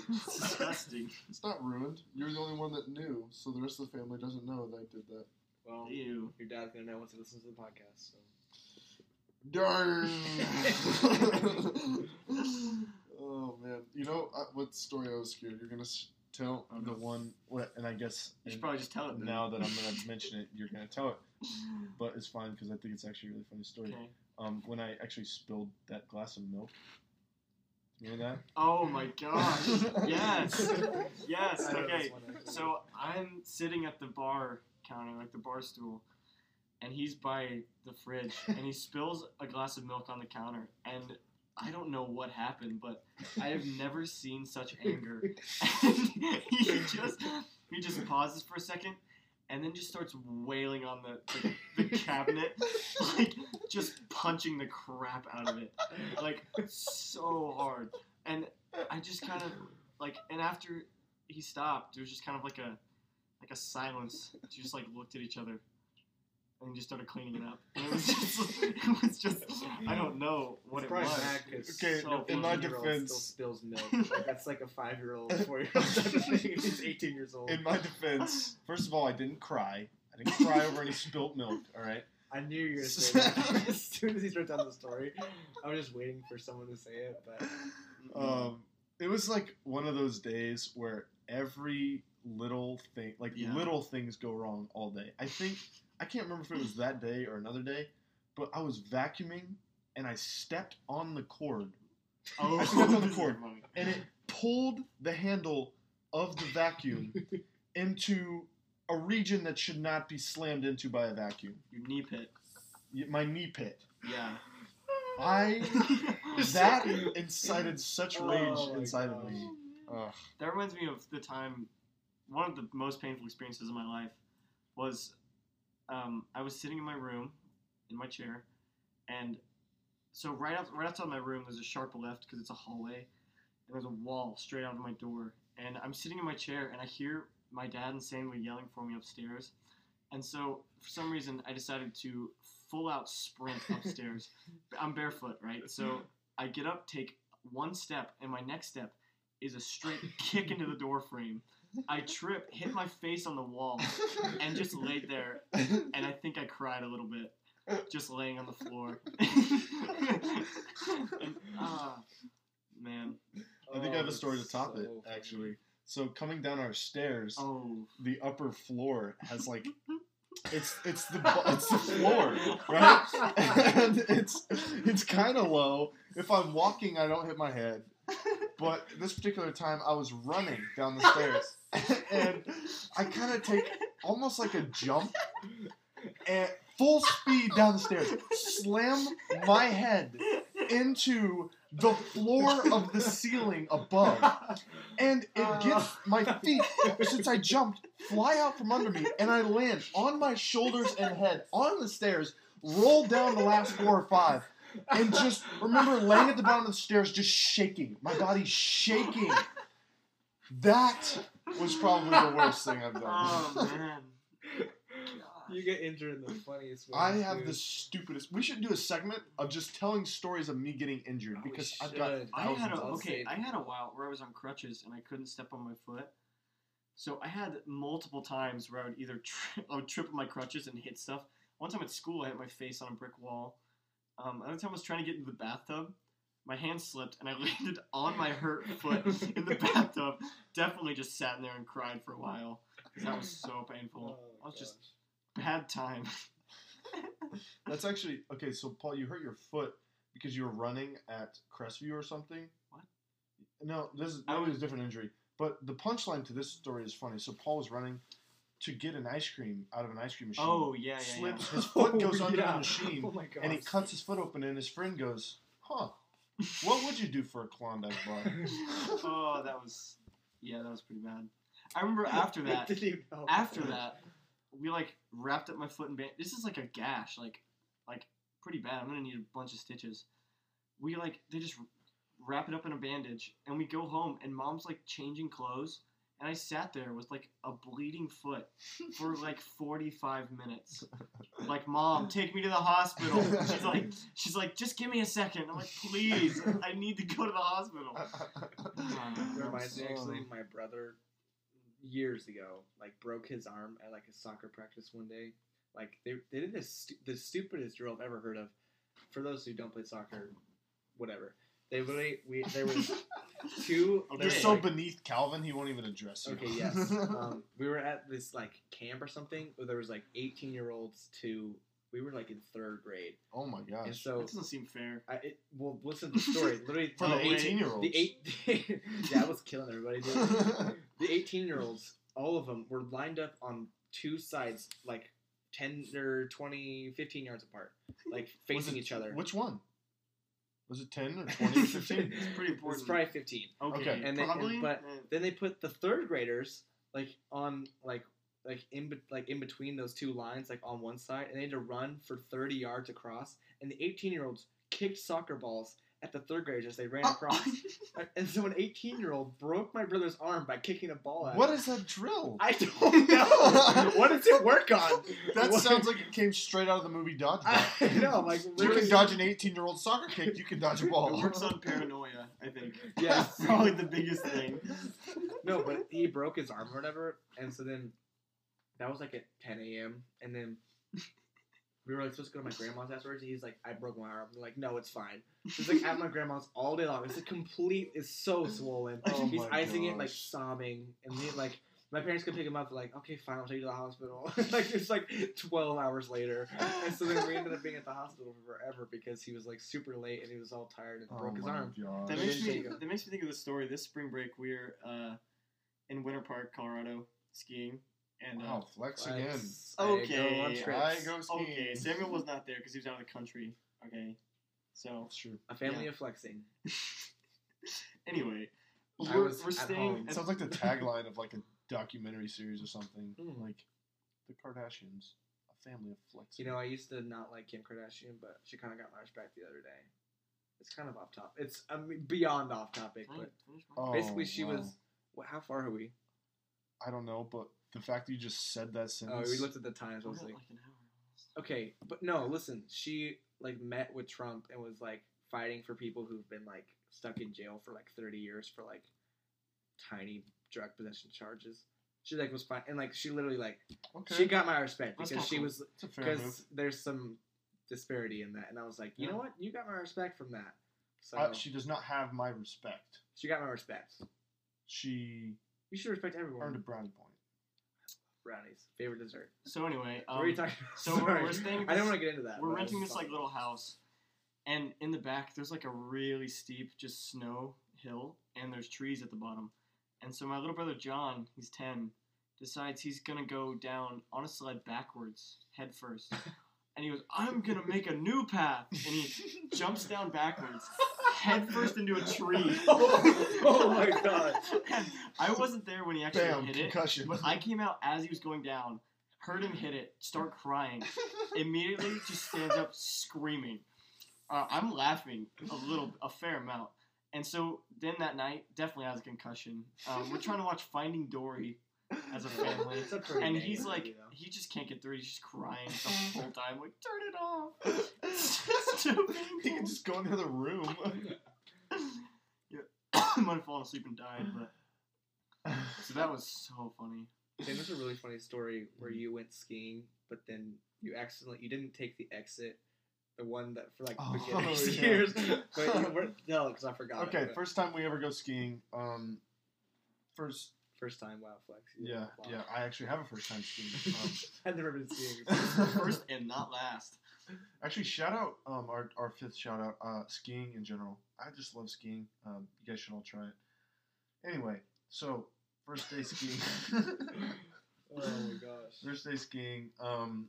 Speaker 4: It's disgusting.
Speaker 3: It's not ruined. You're the only one that knew, so the rest of the family doesn't know that I did that.
Speaker 2: all. Well,
Speaker 4: Ew.
Speaker 2: your dad's gonna know once he listens to the podcast. So.
Speaker 3: Darn. oh man, you know uh, what story I was scared you're gonna s- tell
Speaker 4: Oh,
Speaker 3: the
Speaker 4: no.
Speaker 3: one. What, and I guess
Speaker 4: You should
Speaker 3: and
Speaker 4: probably just tell it then.
Speaker 3: now that I'm gonna mention it, you're gonna tell it. But it's fine because I think it's actually a really funny story.
Speaker 4: Okay.
Speaker 3: Um, when I actually spilled that glass of milk. Remember that?
Speaker 4: Oh my gosh. yes.
Speaker 2: I
Speaker 4: Yes.
Speaker 2: know this
Speaker 4: Okay.
Speaker 2: one, actually.
Speaker 4: So I'm sitting at the bar counter, like the bar stool, and he's by the fridge, and he spills a glass of milk on the counter, and I don't know what happened, but I have never seen such anger. And he just he just pauses for a second, and then just starts wailing on the the, the cabinet, like just punching the crap out of it, like so hard. And I just kind of like, and after he stopped, it was just kind of like a like a silence. We just like looked at each other. And just started cleaning it up. And it was just, it was just, I don't know what
Speaker 2: It's
Speaker 4: it
Speaker 2: probably
Speaker 4: was.
Speaker 2: bad 'cause
Speaker 3: Okay,
Speaker 2: so
Speaker 3: in my
Speaker 2: 14-year-old still
Speaker 3: defense-
Speaker 2: spills milk. Like, that's like a five-year-old, four-year-old type of thing. He's eighteen years
Speaker 4: Oh.
Speaker 2: old.
Speaker 3: In my defense, first of all, I didn't cry. I didn't cry over any spilt milk. All right.
Speaker 2: I knew you were gonna say that. as soon as he started telling the story, I was just waiting for someone to say it. But Mm-hmm.
Speaker 3: Um, it was like one of those days where every little thing, like
Speaker 4: Yeah.
Speaker 3: little things go wrong all day. I think I can't remember if it was that day or another day, but I was vacuuming and I stepped on the cord
Speaker 4: Oh,
Speaker 3: I stepped on the
Speaker 4: this is
Speaker 3: cord.
Speaker 4: funny.
Speaker 3: and it pulled the handle of the vacuum into a region that should not be slammed into by a vacuum.
Speaker 4: Your knee pit.
Speaker 3: Y- My knee pit.
Speaker 4: Yeah.
Speaker 3: I that incited such
Speaker 2: Oh
Speaker 3: rage
Speaker 2: my
Speaker 3: inside of
Speaker 2: gosh.
Speaker 3: me. Ugh.
Speaker 4: that reminds me of the time one of the most painful experiences of my life was um, i was sitting in my room in my chair and so right out, right outside my room there's a sharp left because it's a hallway and there's a wall straight out of my door and i'm sitting in my chair and i hear my dad and sam were yelling for me upstairs and so for some reason i decided to full out sprint upstairs i'm barefoot right so i get up take one step and my next step is a straight kick into the door frame. I trip, hit my face on the wall, and just laid there. And I think I cried a little bit, just laying on the floor. and, ah, man.
Speaker 3: I think I have a story to
Speaker 2: Oh, that's
Speaker 3: top
Speaker 2: so
Speaker 3: it
Speaker 2: funny.
Speaker 3: actually. So coming down our stairs,
Speaker 4: Oh.
Speaker 3: the upper floor has like it's it's the bo- it's the floor, right? and it's it's kind of low. If I'm walking, I don't hit my head. But this particular time, I was running down the stairs, and I kind of take almost like a jump and full speed down the stairs, slam my head into the floor of the ceiling above. And it gets my feet, since I jumped, fly out from under me, and I land on my shoulders and head on the stairs, roll down the last four or five, and just remember laying at the bottom of the stairs, just shaking. My body shaking. That was probably the worst thing I've done.
Speaker 4: Oh, man.
Speaker 2: You get injured in the funniest way.
Speaker 3: I have
Speaker 2: dude.
Speaker 3: the stupidest. We should do a segment of just telling stories of me getting injured
Speaker 2: Oh, we
Speaker 3: because I've got.
Speaker 2: should.
Speaker 4: I had a,
Speaker 2: Thousands.
Speaker 4: okay, I had a while where I was on crutches and I couldn't step on my foot. So I had multiple times where I would either tri- I would trip on my crutches and hit stuff. One time at school, I hit my face on a brick wall. Um, another time I was trying to get into the bathtub. My hand slipped and I landed on my hurt foot in the bathtub. Definitely just sat in there and cried for a while. That was so painful.
Speaker 2: Oh,
Speaker 4: I was just
Speaker 2: gosh.
Speaker 4: bad time.
Speaker 3: That's actually okay. So Paul, you hurt your foot because you were running at Crestview or something.
Speaker 4: What?
Speaker 3: No, this is
Speaker 4: I
Speaker 3: that was
Speaker 4: was-
Speaker 3: a different injury. But the punchline to this story is funny. So Paul was running to get an ice cream out of an ice cream machine.
Speaker 4: Oh yeah, yeah, yeah.
Speaker 3: Slips. His foot goes
Speaker 2: Oh,
Speaker 3: under the
Speaker 2: yeah.
Speaker 3: machine,
Speaker 2: Oh my god.
Speaker 3: and he cuts his foot open, and his friend goes, "Huh." What would you do for a Klondike bar?
Speaker 4: Oh, that was yeah, that was pretty bad. I remember after that.
Speaker 2: Didn't even know.
Speaker 4: after that, we like wrapped up my foot in band. This is like a gash, like like pretty bad. I'm gonna need a bunch of stitches. We like they just wrap it up in a bandage, and we go home, and mom's like changing clothes, and I sat there with like a bleeding foot for like 45 minutes. Like, mom, take me to the hospital. She's like, she's like, just give me a second. I'm like, please, I need to go to the hospital.
Speaker 2: It reminds me actually,
Speaker 3: Oh.
Speaker 2: my brother years ago like broke his arm at like a soccer practice one day. Like they, they did this stu- the stupidest drill I've ever heard of. For those who don't play soccer, whatever. They really we there was two. there
Speaker 4: You're
Speaker 3: You're
Speaker 2: was,
Speaker 3: so
Speaker 2: like-
Speaker 3: beneath Calvin, he won't even address you.
Speaker 2: Okay, yes. um, we were at this like camp or something where there was like 18 year olds to we were like in third grade,
Speaker 3: oh my
Speaker 2: and
Speaker 3: gosh.
Speaker 2: so
Speaker 4: That doesn't seem fair.
Speaker 2: I it, well listen to the story. Literally
Speaker 3: For
Speaker 4: Oh,
Speaker 3: the
Speaker 4: wait.
Speaker 3: 18 year olds.
Speaker 2: the eight yeah I was killing everybody. Dude. the 18 year olds all of them were lined up on two sides like 10 or 20 15 yards apart like facing
Speaker 3: it-
Speaker 2: each other
Speaker 3: Which one? Was it 10 or 20 or 15?
Speaker 4: It's pretty
Speaker 2: it was
Speaker 4: important.
Speaker 2: probably 15
Speaker 4: Okay,
Speaker 3: Okay.
Speaker 2: And they- and-
Speaker 4: probably.
Speaker 2: but-
Speaker 4: eh.
Speaker 2: then they put the third graders like on like like in be- like in between those two lines like on one side and they had to run for 30 yards across and the 18 year olds kicked soccer balls at the third graders as they ran across and so an 18 year old broke my brother's arm by kicking a ball at
Speaker 3: What
Speaker 2: him.
Speaker 3: is that drill?
Speaker 2: I don't know. what does it work on?
Speaker 3: that
Speaker 2: What-
Speaker 3: sounds like it came straight out of the movie
Speaker 2: I
Speaker 3: Dodgeball.
Speaker 2: know, like
Speaker 3: you
Speaker 2: literally-
Speaker 3: can dodge an 18 year old soccer kick, you can dodge a
Speaker 4: It
Speaker 3: ball.
Speaker 4: works on paranoia, I think.
Speaker 2: Yeah,
Speaker 4: That's probably the biggest thing.
Speaker 2: no, but he broke his arm or whatever, and so then that was like at 10 a.m. and then we were like supposed to go to my grandma's afterwards. And he's like, I broke my arm. I'm like, no, it's fine. He's like at my grandma's all day long. It's a complete. It's so swollen.
Speaker 3: Oh
Speaker 2: he's
Speaker 3: my
Speaker 2: icing it, like
Speaker 3: gosh.
Speaker 2: sobbing, and then like My parents could pick him up. Like, okay, fine, I'll take you to the hospital. like it's like twelve hours later, and so then we ended up being at the hospital forever because he was like super late and he was all tired and broke his
Speaker 3: Oh my
Speaker 2: arm.
Speaker 3: God.
Speaker 4: That
Speaker 2: They
Speaker 4: makes
Speaker 2: didn't
Speaker 4: me.
Speaker 2: take him.
Speaker 4: That makes me think of the story. This spring break, we're uh, in Winter Park, Colorado, skiing, and uh,
Speaker 3: Wow, flex again.
Speaker 2: I go on
Speaker 4: Okay,
Speaker 2: trips.
Speaker 3: I go skiing.
Speaker 4: okay, Samuel was not there because he was out of the country. Okay, so
Speaker 3: That's true.
Speaker 2: A family
Speaker 4: Yeah.
Speaker 2: of flexing.
Speaker 4: anyway,
Speaker 2: I
Speaker 4: we're,
Speaker 2: was
Speaker 4: we're
Speaker 2: at
Speaker 4: staying.
Speaker 2: home.
Speaker 4: at-
Speaker 3: It sounds like the tagline of like a documentary series or something.
Speaker 2: Mm.
Speaker 3: Like the Kardashians, a family of flex.
Speaker 2: You know, I used to not like Kim Kardashian, but she kind of got my respect the other day. It's kind of off topic. It's I mean, beyond off topic,
Speaker 4: Finish-
Speaker 2: but
Speaker 4: finish my-
Speaker 3: Oh,
Speaker 2: basically she
Speaker 3: wow.
Speaker 2: was. What, how far are we?
Speaker 3: I don't know, but the fact that you just said that
Speaker 2: Oh,
Speaker 3: sentence.
Speaker 2: we looked at the times. I
Speaker 4: We're
Speaker 2: was
Speaker 4: at
Speaker 2: like,
Speaker 4: like an hour almost.
Speaker 2: okay, but no, listen. She like met with Trump and was like fighting for people who've been like stuck in jail for like 30 years for like tiny drug possession charges. She like was fine and like she literally like
Speaker 3: okay.
Speaker 2: she got my respect
Speaker 4: That's
Speaker 2: because
Speaker 4: not
Speaker 2: she
Speaker 4: cool.
Speaker 2: was
Speaker 3: It's a fair move.
Speaker 2: because there's some disparity in that, and I was like, you
Speaker 4: Yeah.
Speaker 2: know what, you got my respect from that. So
Speaker 3: Uh,
Speaker 2: she,
Speaker 3: she does not have my respect.
Speaker 2: got my respect.
Speaker 3: She
Speaker 2: You should respect
Speaker 3: earned a
Speaker 2: everyone.
Speaker 3: brownie point.
Speaker 2: Brownies, favorite dessert.
Speaker 4: So anyway, um,
Speaker 2: what are you talking? about?
Speaker 4: so we're-
Speaker 2: Sorry.
Speaker 4: we're staying at
Speaker 2: I don't
Speaker 4: this-
Speaker 2: want to get into that.
Speaker 4: We're
Speaker 2: but
Speaker 4: renting
Speaker 2: it's
Speaker 4: this like
Speaker 2: fun.
Speaker 4: little house, and in the back there's like a really steep just snow hill, and there's trees at the bottom. And so my little brother John, he's ten, decides he's gonna go down on a sled backwards, head first. And he goes, I'm gonna make a new path, and he jumps down backwards, head first into a tree.
Speaker 2: Oh, oh my God.
Speaker 4: I wasn't there when he actually
Speaker 3: Bam!
Speaker 4: hit it.
Speaker 3: Concussion.
Speaker 4: But I came out as he was going down, heard him hit it, start crying. Immediately just stands up screaming. Uh, I'm laughing a little, a fair amount. And so then that night, definitely has a concussion. Um, we're trying to watch Finding Dory, as a family.
Speaker 2: It's a pretty
Speaker 4: and
Speaker 2: dang
Speaker 4: he's
Speaker 2: good
Speaker 4: like,
Speaker 2: movie, though.
Speaker 4: he just can't get through. He's just crying the whole time, like, turn it off. It's so
Speaker 3: he can
Speaker 4: painful.
Speaker 3: just go into the room.
Speaker 4: yeah. I might have fallen asleep and died, but so that was so funny.
Speaker 2: Sam, there's a really funny story where
Speaker 3: Mm-hmm.
Speaker 2: you went skiing, but then you accidentally you didn't take the exit, the one that for like
Speaker 3: Oh,
Speaker 2: beginners
Speaker 3: yeah.
Speaker 2: years, but you were no, because I forgot. it,
Speaker 3: okay,
Speaker 2: but
Speaker 3: first time we ever go skiing. Um, first,
Speaker 2: first time, wow, flex.
Speaker 3: yeah,
Speaker 2: wow.
Speaker 3: yeah. I actually have a first time skiing. Um,
Speaker 2: I've never been skiing. Oh
Speaker 4: First and not last.
Speaker 3: Actually, shout out um, our, our fifth shout out uh, skiing in general. I just love skiing. Um, you guys should all try it. Anyway, so first day skiing.
Speaker 2: Oh my gosh.
Speaker 3: first day skiing. Um,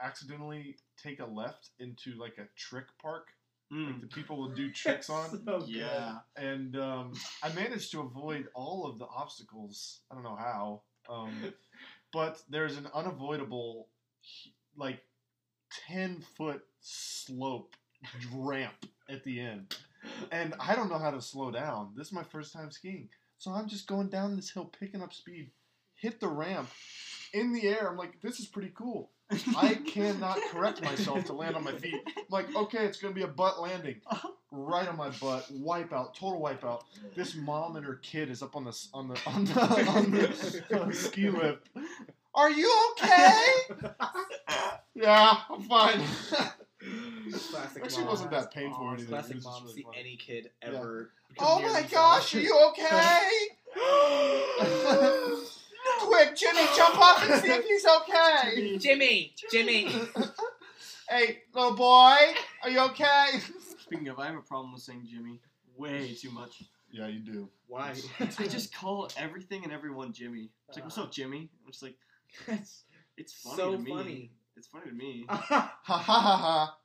Speaker 3: accidentally take a left into like a trick park.
Speaker 4: Mm.
Speaker 3: Like oh, the people will do tricks on.
Speaker 2: So good.
Speaker 4: yeah.
Speaker 3: And um, I managed to avoid all of the obstacles. I don't know how. Um, but there's an unavoidable, like, 10 foot slope ramp at the end. And I don't know how to slow down. This is my first time skiing. So I'm just going down this hill, picking up speed, hit the ramp in the air. I'm like, this is pretty cool. I cannot correct myself to land on my feet. I'm like, okay, it's going to be a butt landing. Right on my butt, wipeout, total wipeout. This mom and her kid is up on the s- on the on the, on the, on the ski lift. Are you okay? yeah, I'm fine.
Speaker 2: Classic
Speaker 3: Actually, it
Speaker 2: mom.
Speaker 3: wasn't that painful or anything. It
Speaker 2: Classic
Speaker 3: was just
Speaker 2: mom.
Speaker 3: really
Speaker 2: see
Speaker 3: funny.
Speaker 2: any kid
Speaker 3: Yeah.
Speaker 2: ever.
Speaker 3: Oh
Speaker 2: near
Speaker 3: my
Speaker 2: themselves.
Speaker 3: gosh, are you okay? Quick, Jimmy, jump up and see if he's okay.
Speaker 2: Jimmy, Jimmy.
Speaker 3: Hey, little boy, are you okay?
Speaker 4: Speaking of, I have a problem with saying Jimmy way too much.
Speaker 3: Yeah, you do.
Speaker 2: Why?
Speaker 4: I just call everything and everyone Jimmy. It's like, what's
Speaker 2: Uh.
Speaker 4: up, Jimmy? I'm just like,
Speaker 2: That's
Speaker 4: it's funny
Speaker 2: so
Speaker 4: to me.
Speaker 2: funny.
Speaker 4: It's funny to me.
Speaker 2: you
Speaker 3: Ha ha ha ha.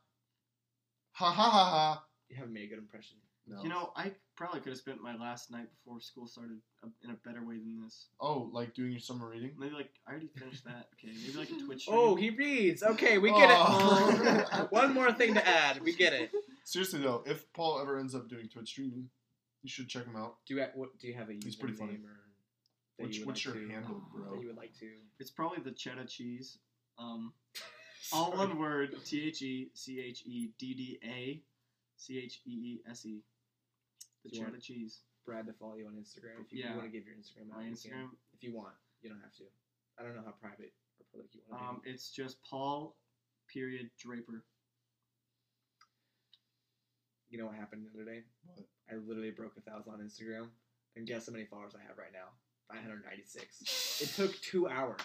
Speaker 3: Ha ha ha ha.
Speaker 2: haven't made a good impression.
Speaker 3: No.
Speaker 4: You know, I probably could have spent my last night before school started a- in a better way than this.
Speaker 3: oh, like doing your summer reading?
Speaker 4: Maybe like I already finished that. Okay, maybe like a Twitch stream. Oh.
Speaker 2: Oh, he reads. Okay, we get
Speaker 3: Aw.
Speaker 2: it. One more thing to add. We get it.
Speaker 3: Seriously though, if Paul ever ends up doing Twitch streaming, you should check him out.
Speaker 2: Do you have, what, do you have a username
Speaker 3: He's pretty funny.
Speaker 2: or that
Speaker 3: What's,
Speaker 2: you would
Speaker 3: what's
Speaker 2: like
Speaker 3: your
Speaker 2: to,
Speaker 3: handle,
Speaker 2: That
Speaker 3: bro?
Speaker 2: you would like to.
Speaker 4: it's probably the cheddar cheese. Um, all one word: T H E C H E D D A C H E E S E. The
Speaker 2: Do you want-
Speaker 4: cheddar cheese.
Speaker 2: Brad to follow you on Instagram if you
Speaker 4: Yeah.
Speaker 2: want to give your Instagram. out,
Speaker 4: My
Speaker 2: you can.
Speaker 4: Instagram.
Speaker 2: if you want, you don't have to. I don't know how private or public you want to
Speaker 4: Um,
Speaker 2: be.
Speaker 4: it's just Paul, period Draper.
Speaker 2: You know what happened the other day?
Speaker 3: What?
Speaker 2: I literally broke a thousand on Instagram, and guess how many followers I have right now? 996. It took two hours.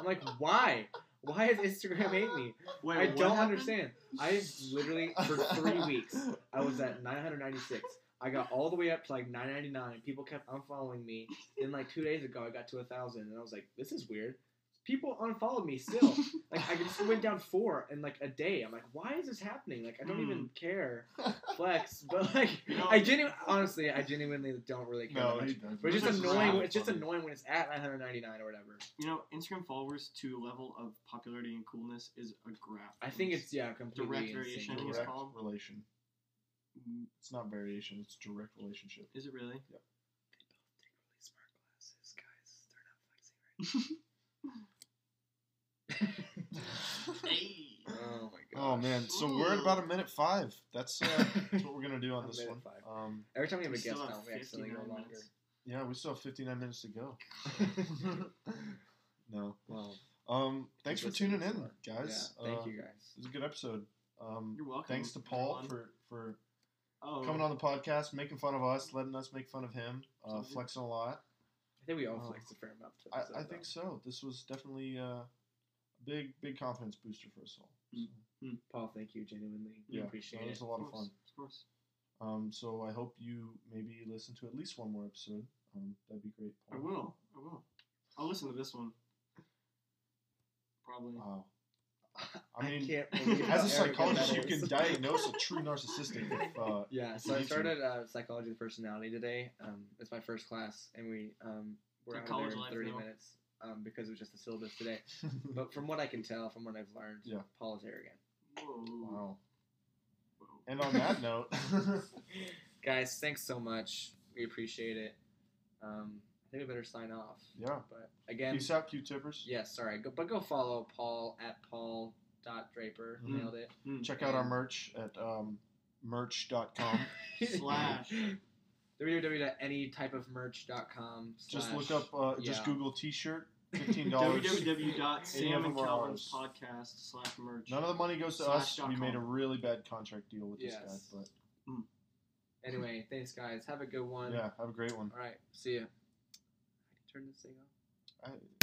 Speaker 2: I'm like, why? Why does Instagram hate me?
Speaker 4: Wait,
Speaker 2: I
Speaker 4: what
Speaker 2: don't
Speaker 4: happened?
Speaker 2: understand. I literally for three weeks I was at 996. I got all the way up to like 999, and people kept unfollowing me. Then like two days ago, I got to a thousand, and I was like, "This is weird." People unfollowed me still. Like I just went down four in like a day. I'm like, "Why is this happening?" Like I don't even care, flex. But like
Speaker 4: You know-
Speaker 2: I genuinely, honestly, I genuinely don't really care. that
Speaker 3: No,
Speaker 2: much.
Speaker 3: he doesn't.
Speaker 2: But it's just
Speaker 4: It's just
Speaker 2: annoying.
Speaker 4: really
Speaker 2: when- It's just
Speaker 3: funny.
Speaker 2: annoying when it's at 999 or whatever.
Speaker 4: You know, Instagram followers to level of popularity and coolness is a graph.
Speaker 2: I think it's yeah, completely
Speaker 4: Direct
Speaker 2: insane. Oh
Speaker 4: variation. I think it's
Speaker 3: direct
Speaker 4: called-
Speaker 3: relation. Mm, It's not variation. It's direct relationship.
Speaker 4: Is it really?
Speaker 2: smart glasses, guys. They're not flexing
Speaker 4: Hey.
Speaker 2: Oh my god.
Speaker 3: Oh man, so we're at about a minute five. That's, uh, that's what we're gonna do on
Speaker 2: A
Speaker 3: this
Speaker 2: minute
Speaker 3: one.
Speaker 2: five.
Speaker 3: Um,
Speaker 2: Every time we have
Speaker 4: We
Speaker 2: a guest
Speaker 4: still
Speaker 2: now,
Speaker 4: have
Speaker 2: we accidentally go
Speaker 4: 59
Speaker 2: longer.
Speaker 4: minutes.
Speaker 3: yeah, we still have 59 minutes to go. no.
Speaker 2: Wow.
Speaker 3: Um, thanks for
Speaker 2: Good
Speaker 3: tuning
Speaker 2: listening,
Speaker 3: in, guys.
Speaker 2: Yeah, thank
Speaker 3: Uh,
Speaker 2: you guys.
Speaker 3: It was a good episode. Um,
Speaker 4: You're welcome.
Speaker 3: thanks to Paul
Speaker 4: everyone.
Speaker 3: for for
Speaker 4: oh,
Speaker 3: coming on the podcast, making fun of us, letting us make fun of him, uh,
Speaker 4: Absolutely.
Speaker 3: flexing a lot.
Speaker 2: I think we all
Speaker 3: Oh.
Speaker 2: flexed a fair amount. to episode,
Speaker 3: I, I
Speaker 2: though.
Speaker 3: think so. This was definitely uh, a big big confidence booster for us all. So,
Speaker 4: Mm.
Speaker 2: Paul, thank you genuinely. We
Speaker 3: Yeah,
Speaker 2: appreciate
Speaker 3: that was
Speaker 2: it.
Speaker 3: a lot
Speaker 4: Of
Speaker 3: of fun.
Speaker 4: course, of course.
Speaker 3: Um, so I hope you maybe listen to at least one more episode. Um, that'd be great.
Speaker 4: I
Speaker 3: Paul.
Speaker 4: will. I will. I'll listen to this one. Probably.
Speaker 3: Wow.
Speaker 2: I,
Speaker 3: I mean,
Speaker 2: can't believe
Speaker 3: as
Speaker 2: how
Speaker 3: a
Speaker 2: arrogant
Speaker 3: psychologist,
Speaker 2: that
Speaker 3: you
Speaker 2: is.
Speaker 3: can diagnose a true narcissistic. If, uh,
Speaker 2: Yeah, so I
Speaker 3: Teaching.
Speaker 2: started uh, psychology of personality today. Um, it's my first class, and we um, we're
Speaker 4: So
Speaker 2: out of
Speaker 4: college
Speaker 2: there in
Speaker 4: life
Speaker 2: thirty
Speaker 4: now.
Speaker 2: minutes um, because it was just the syllabus today. But from what I can tell, from what I've learned,
Speaker 3: Yeah.
Speaker 2: Paul is arrogant.
Speaker 4: Whoa.
Speaker 3: wow.
Speaker 4: Whoa.
Speaker 3: And on that note,
Speaker 2: Guys, thanks so much. We appreciate it. Um, I think we better sign off.
Speaker 3: yeah.
Speaker 2: But again,
Speaker 3: Peace out, Q-tippers.
Speaker 2: Yeah, sorry. Go, but go follow Paul at Paul dot Draper.
Speaker 3: Mhm.
Speaker 2: Nailed it.
Speaker 4: Hmm.
Speaker 3: Check out our merch at um, merch.com.
Speaker 4: Slash.
Speaker 2: www.anytypeofmerch.com.
Speaker 3: Just
Speaker 2: slash-
Speaker 3: look up, uh, just
Speaker 2: yeah.
Speaker 3: Google t-shirt, $15. Any of them are ours.
Speaker 4: www.samandcalvinspodcast slash merch.
Speaker 3: None of the money goes to
Speaker 4: Slash
Speaker 3: us.
Speaker 4: dot
Speaker 3: We
Speaker 4: com.
Speaker 3: made a really bad contract deal with
Speaker 2: Yes.
Speaker 3: this guy.
Speaker 2: Anyway, thanks guys. Have a good
Speaker 3: But
Speaker 2: one.
Speaker 3: yeah, have a great one.
Speaker 2: All right. See ya. Turn this thing off.
Speaker 3: I,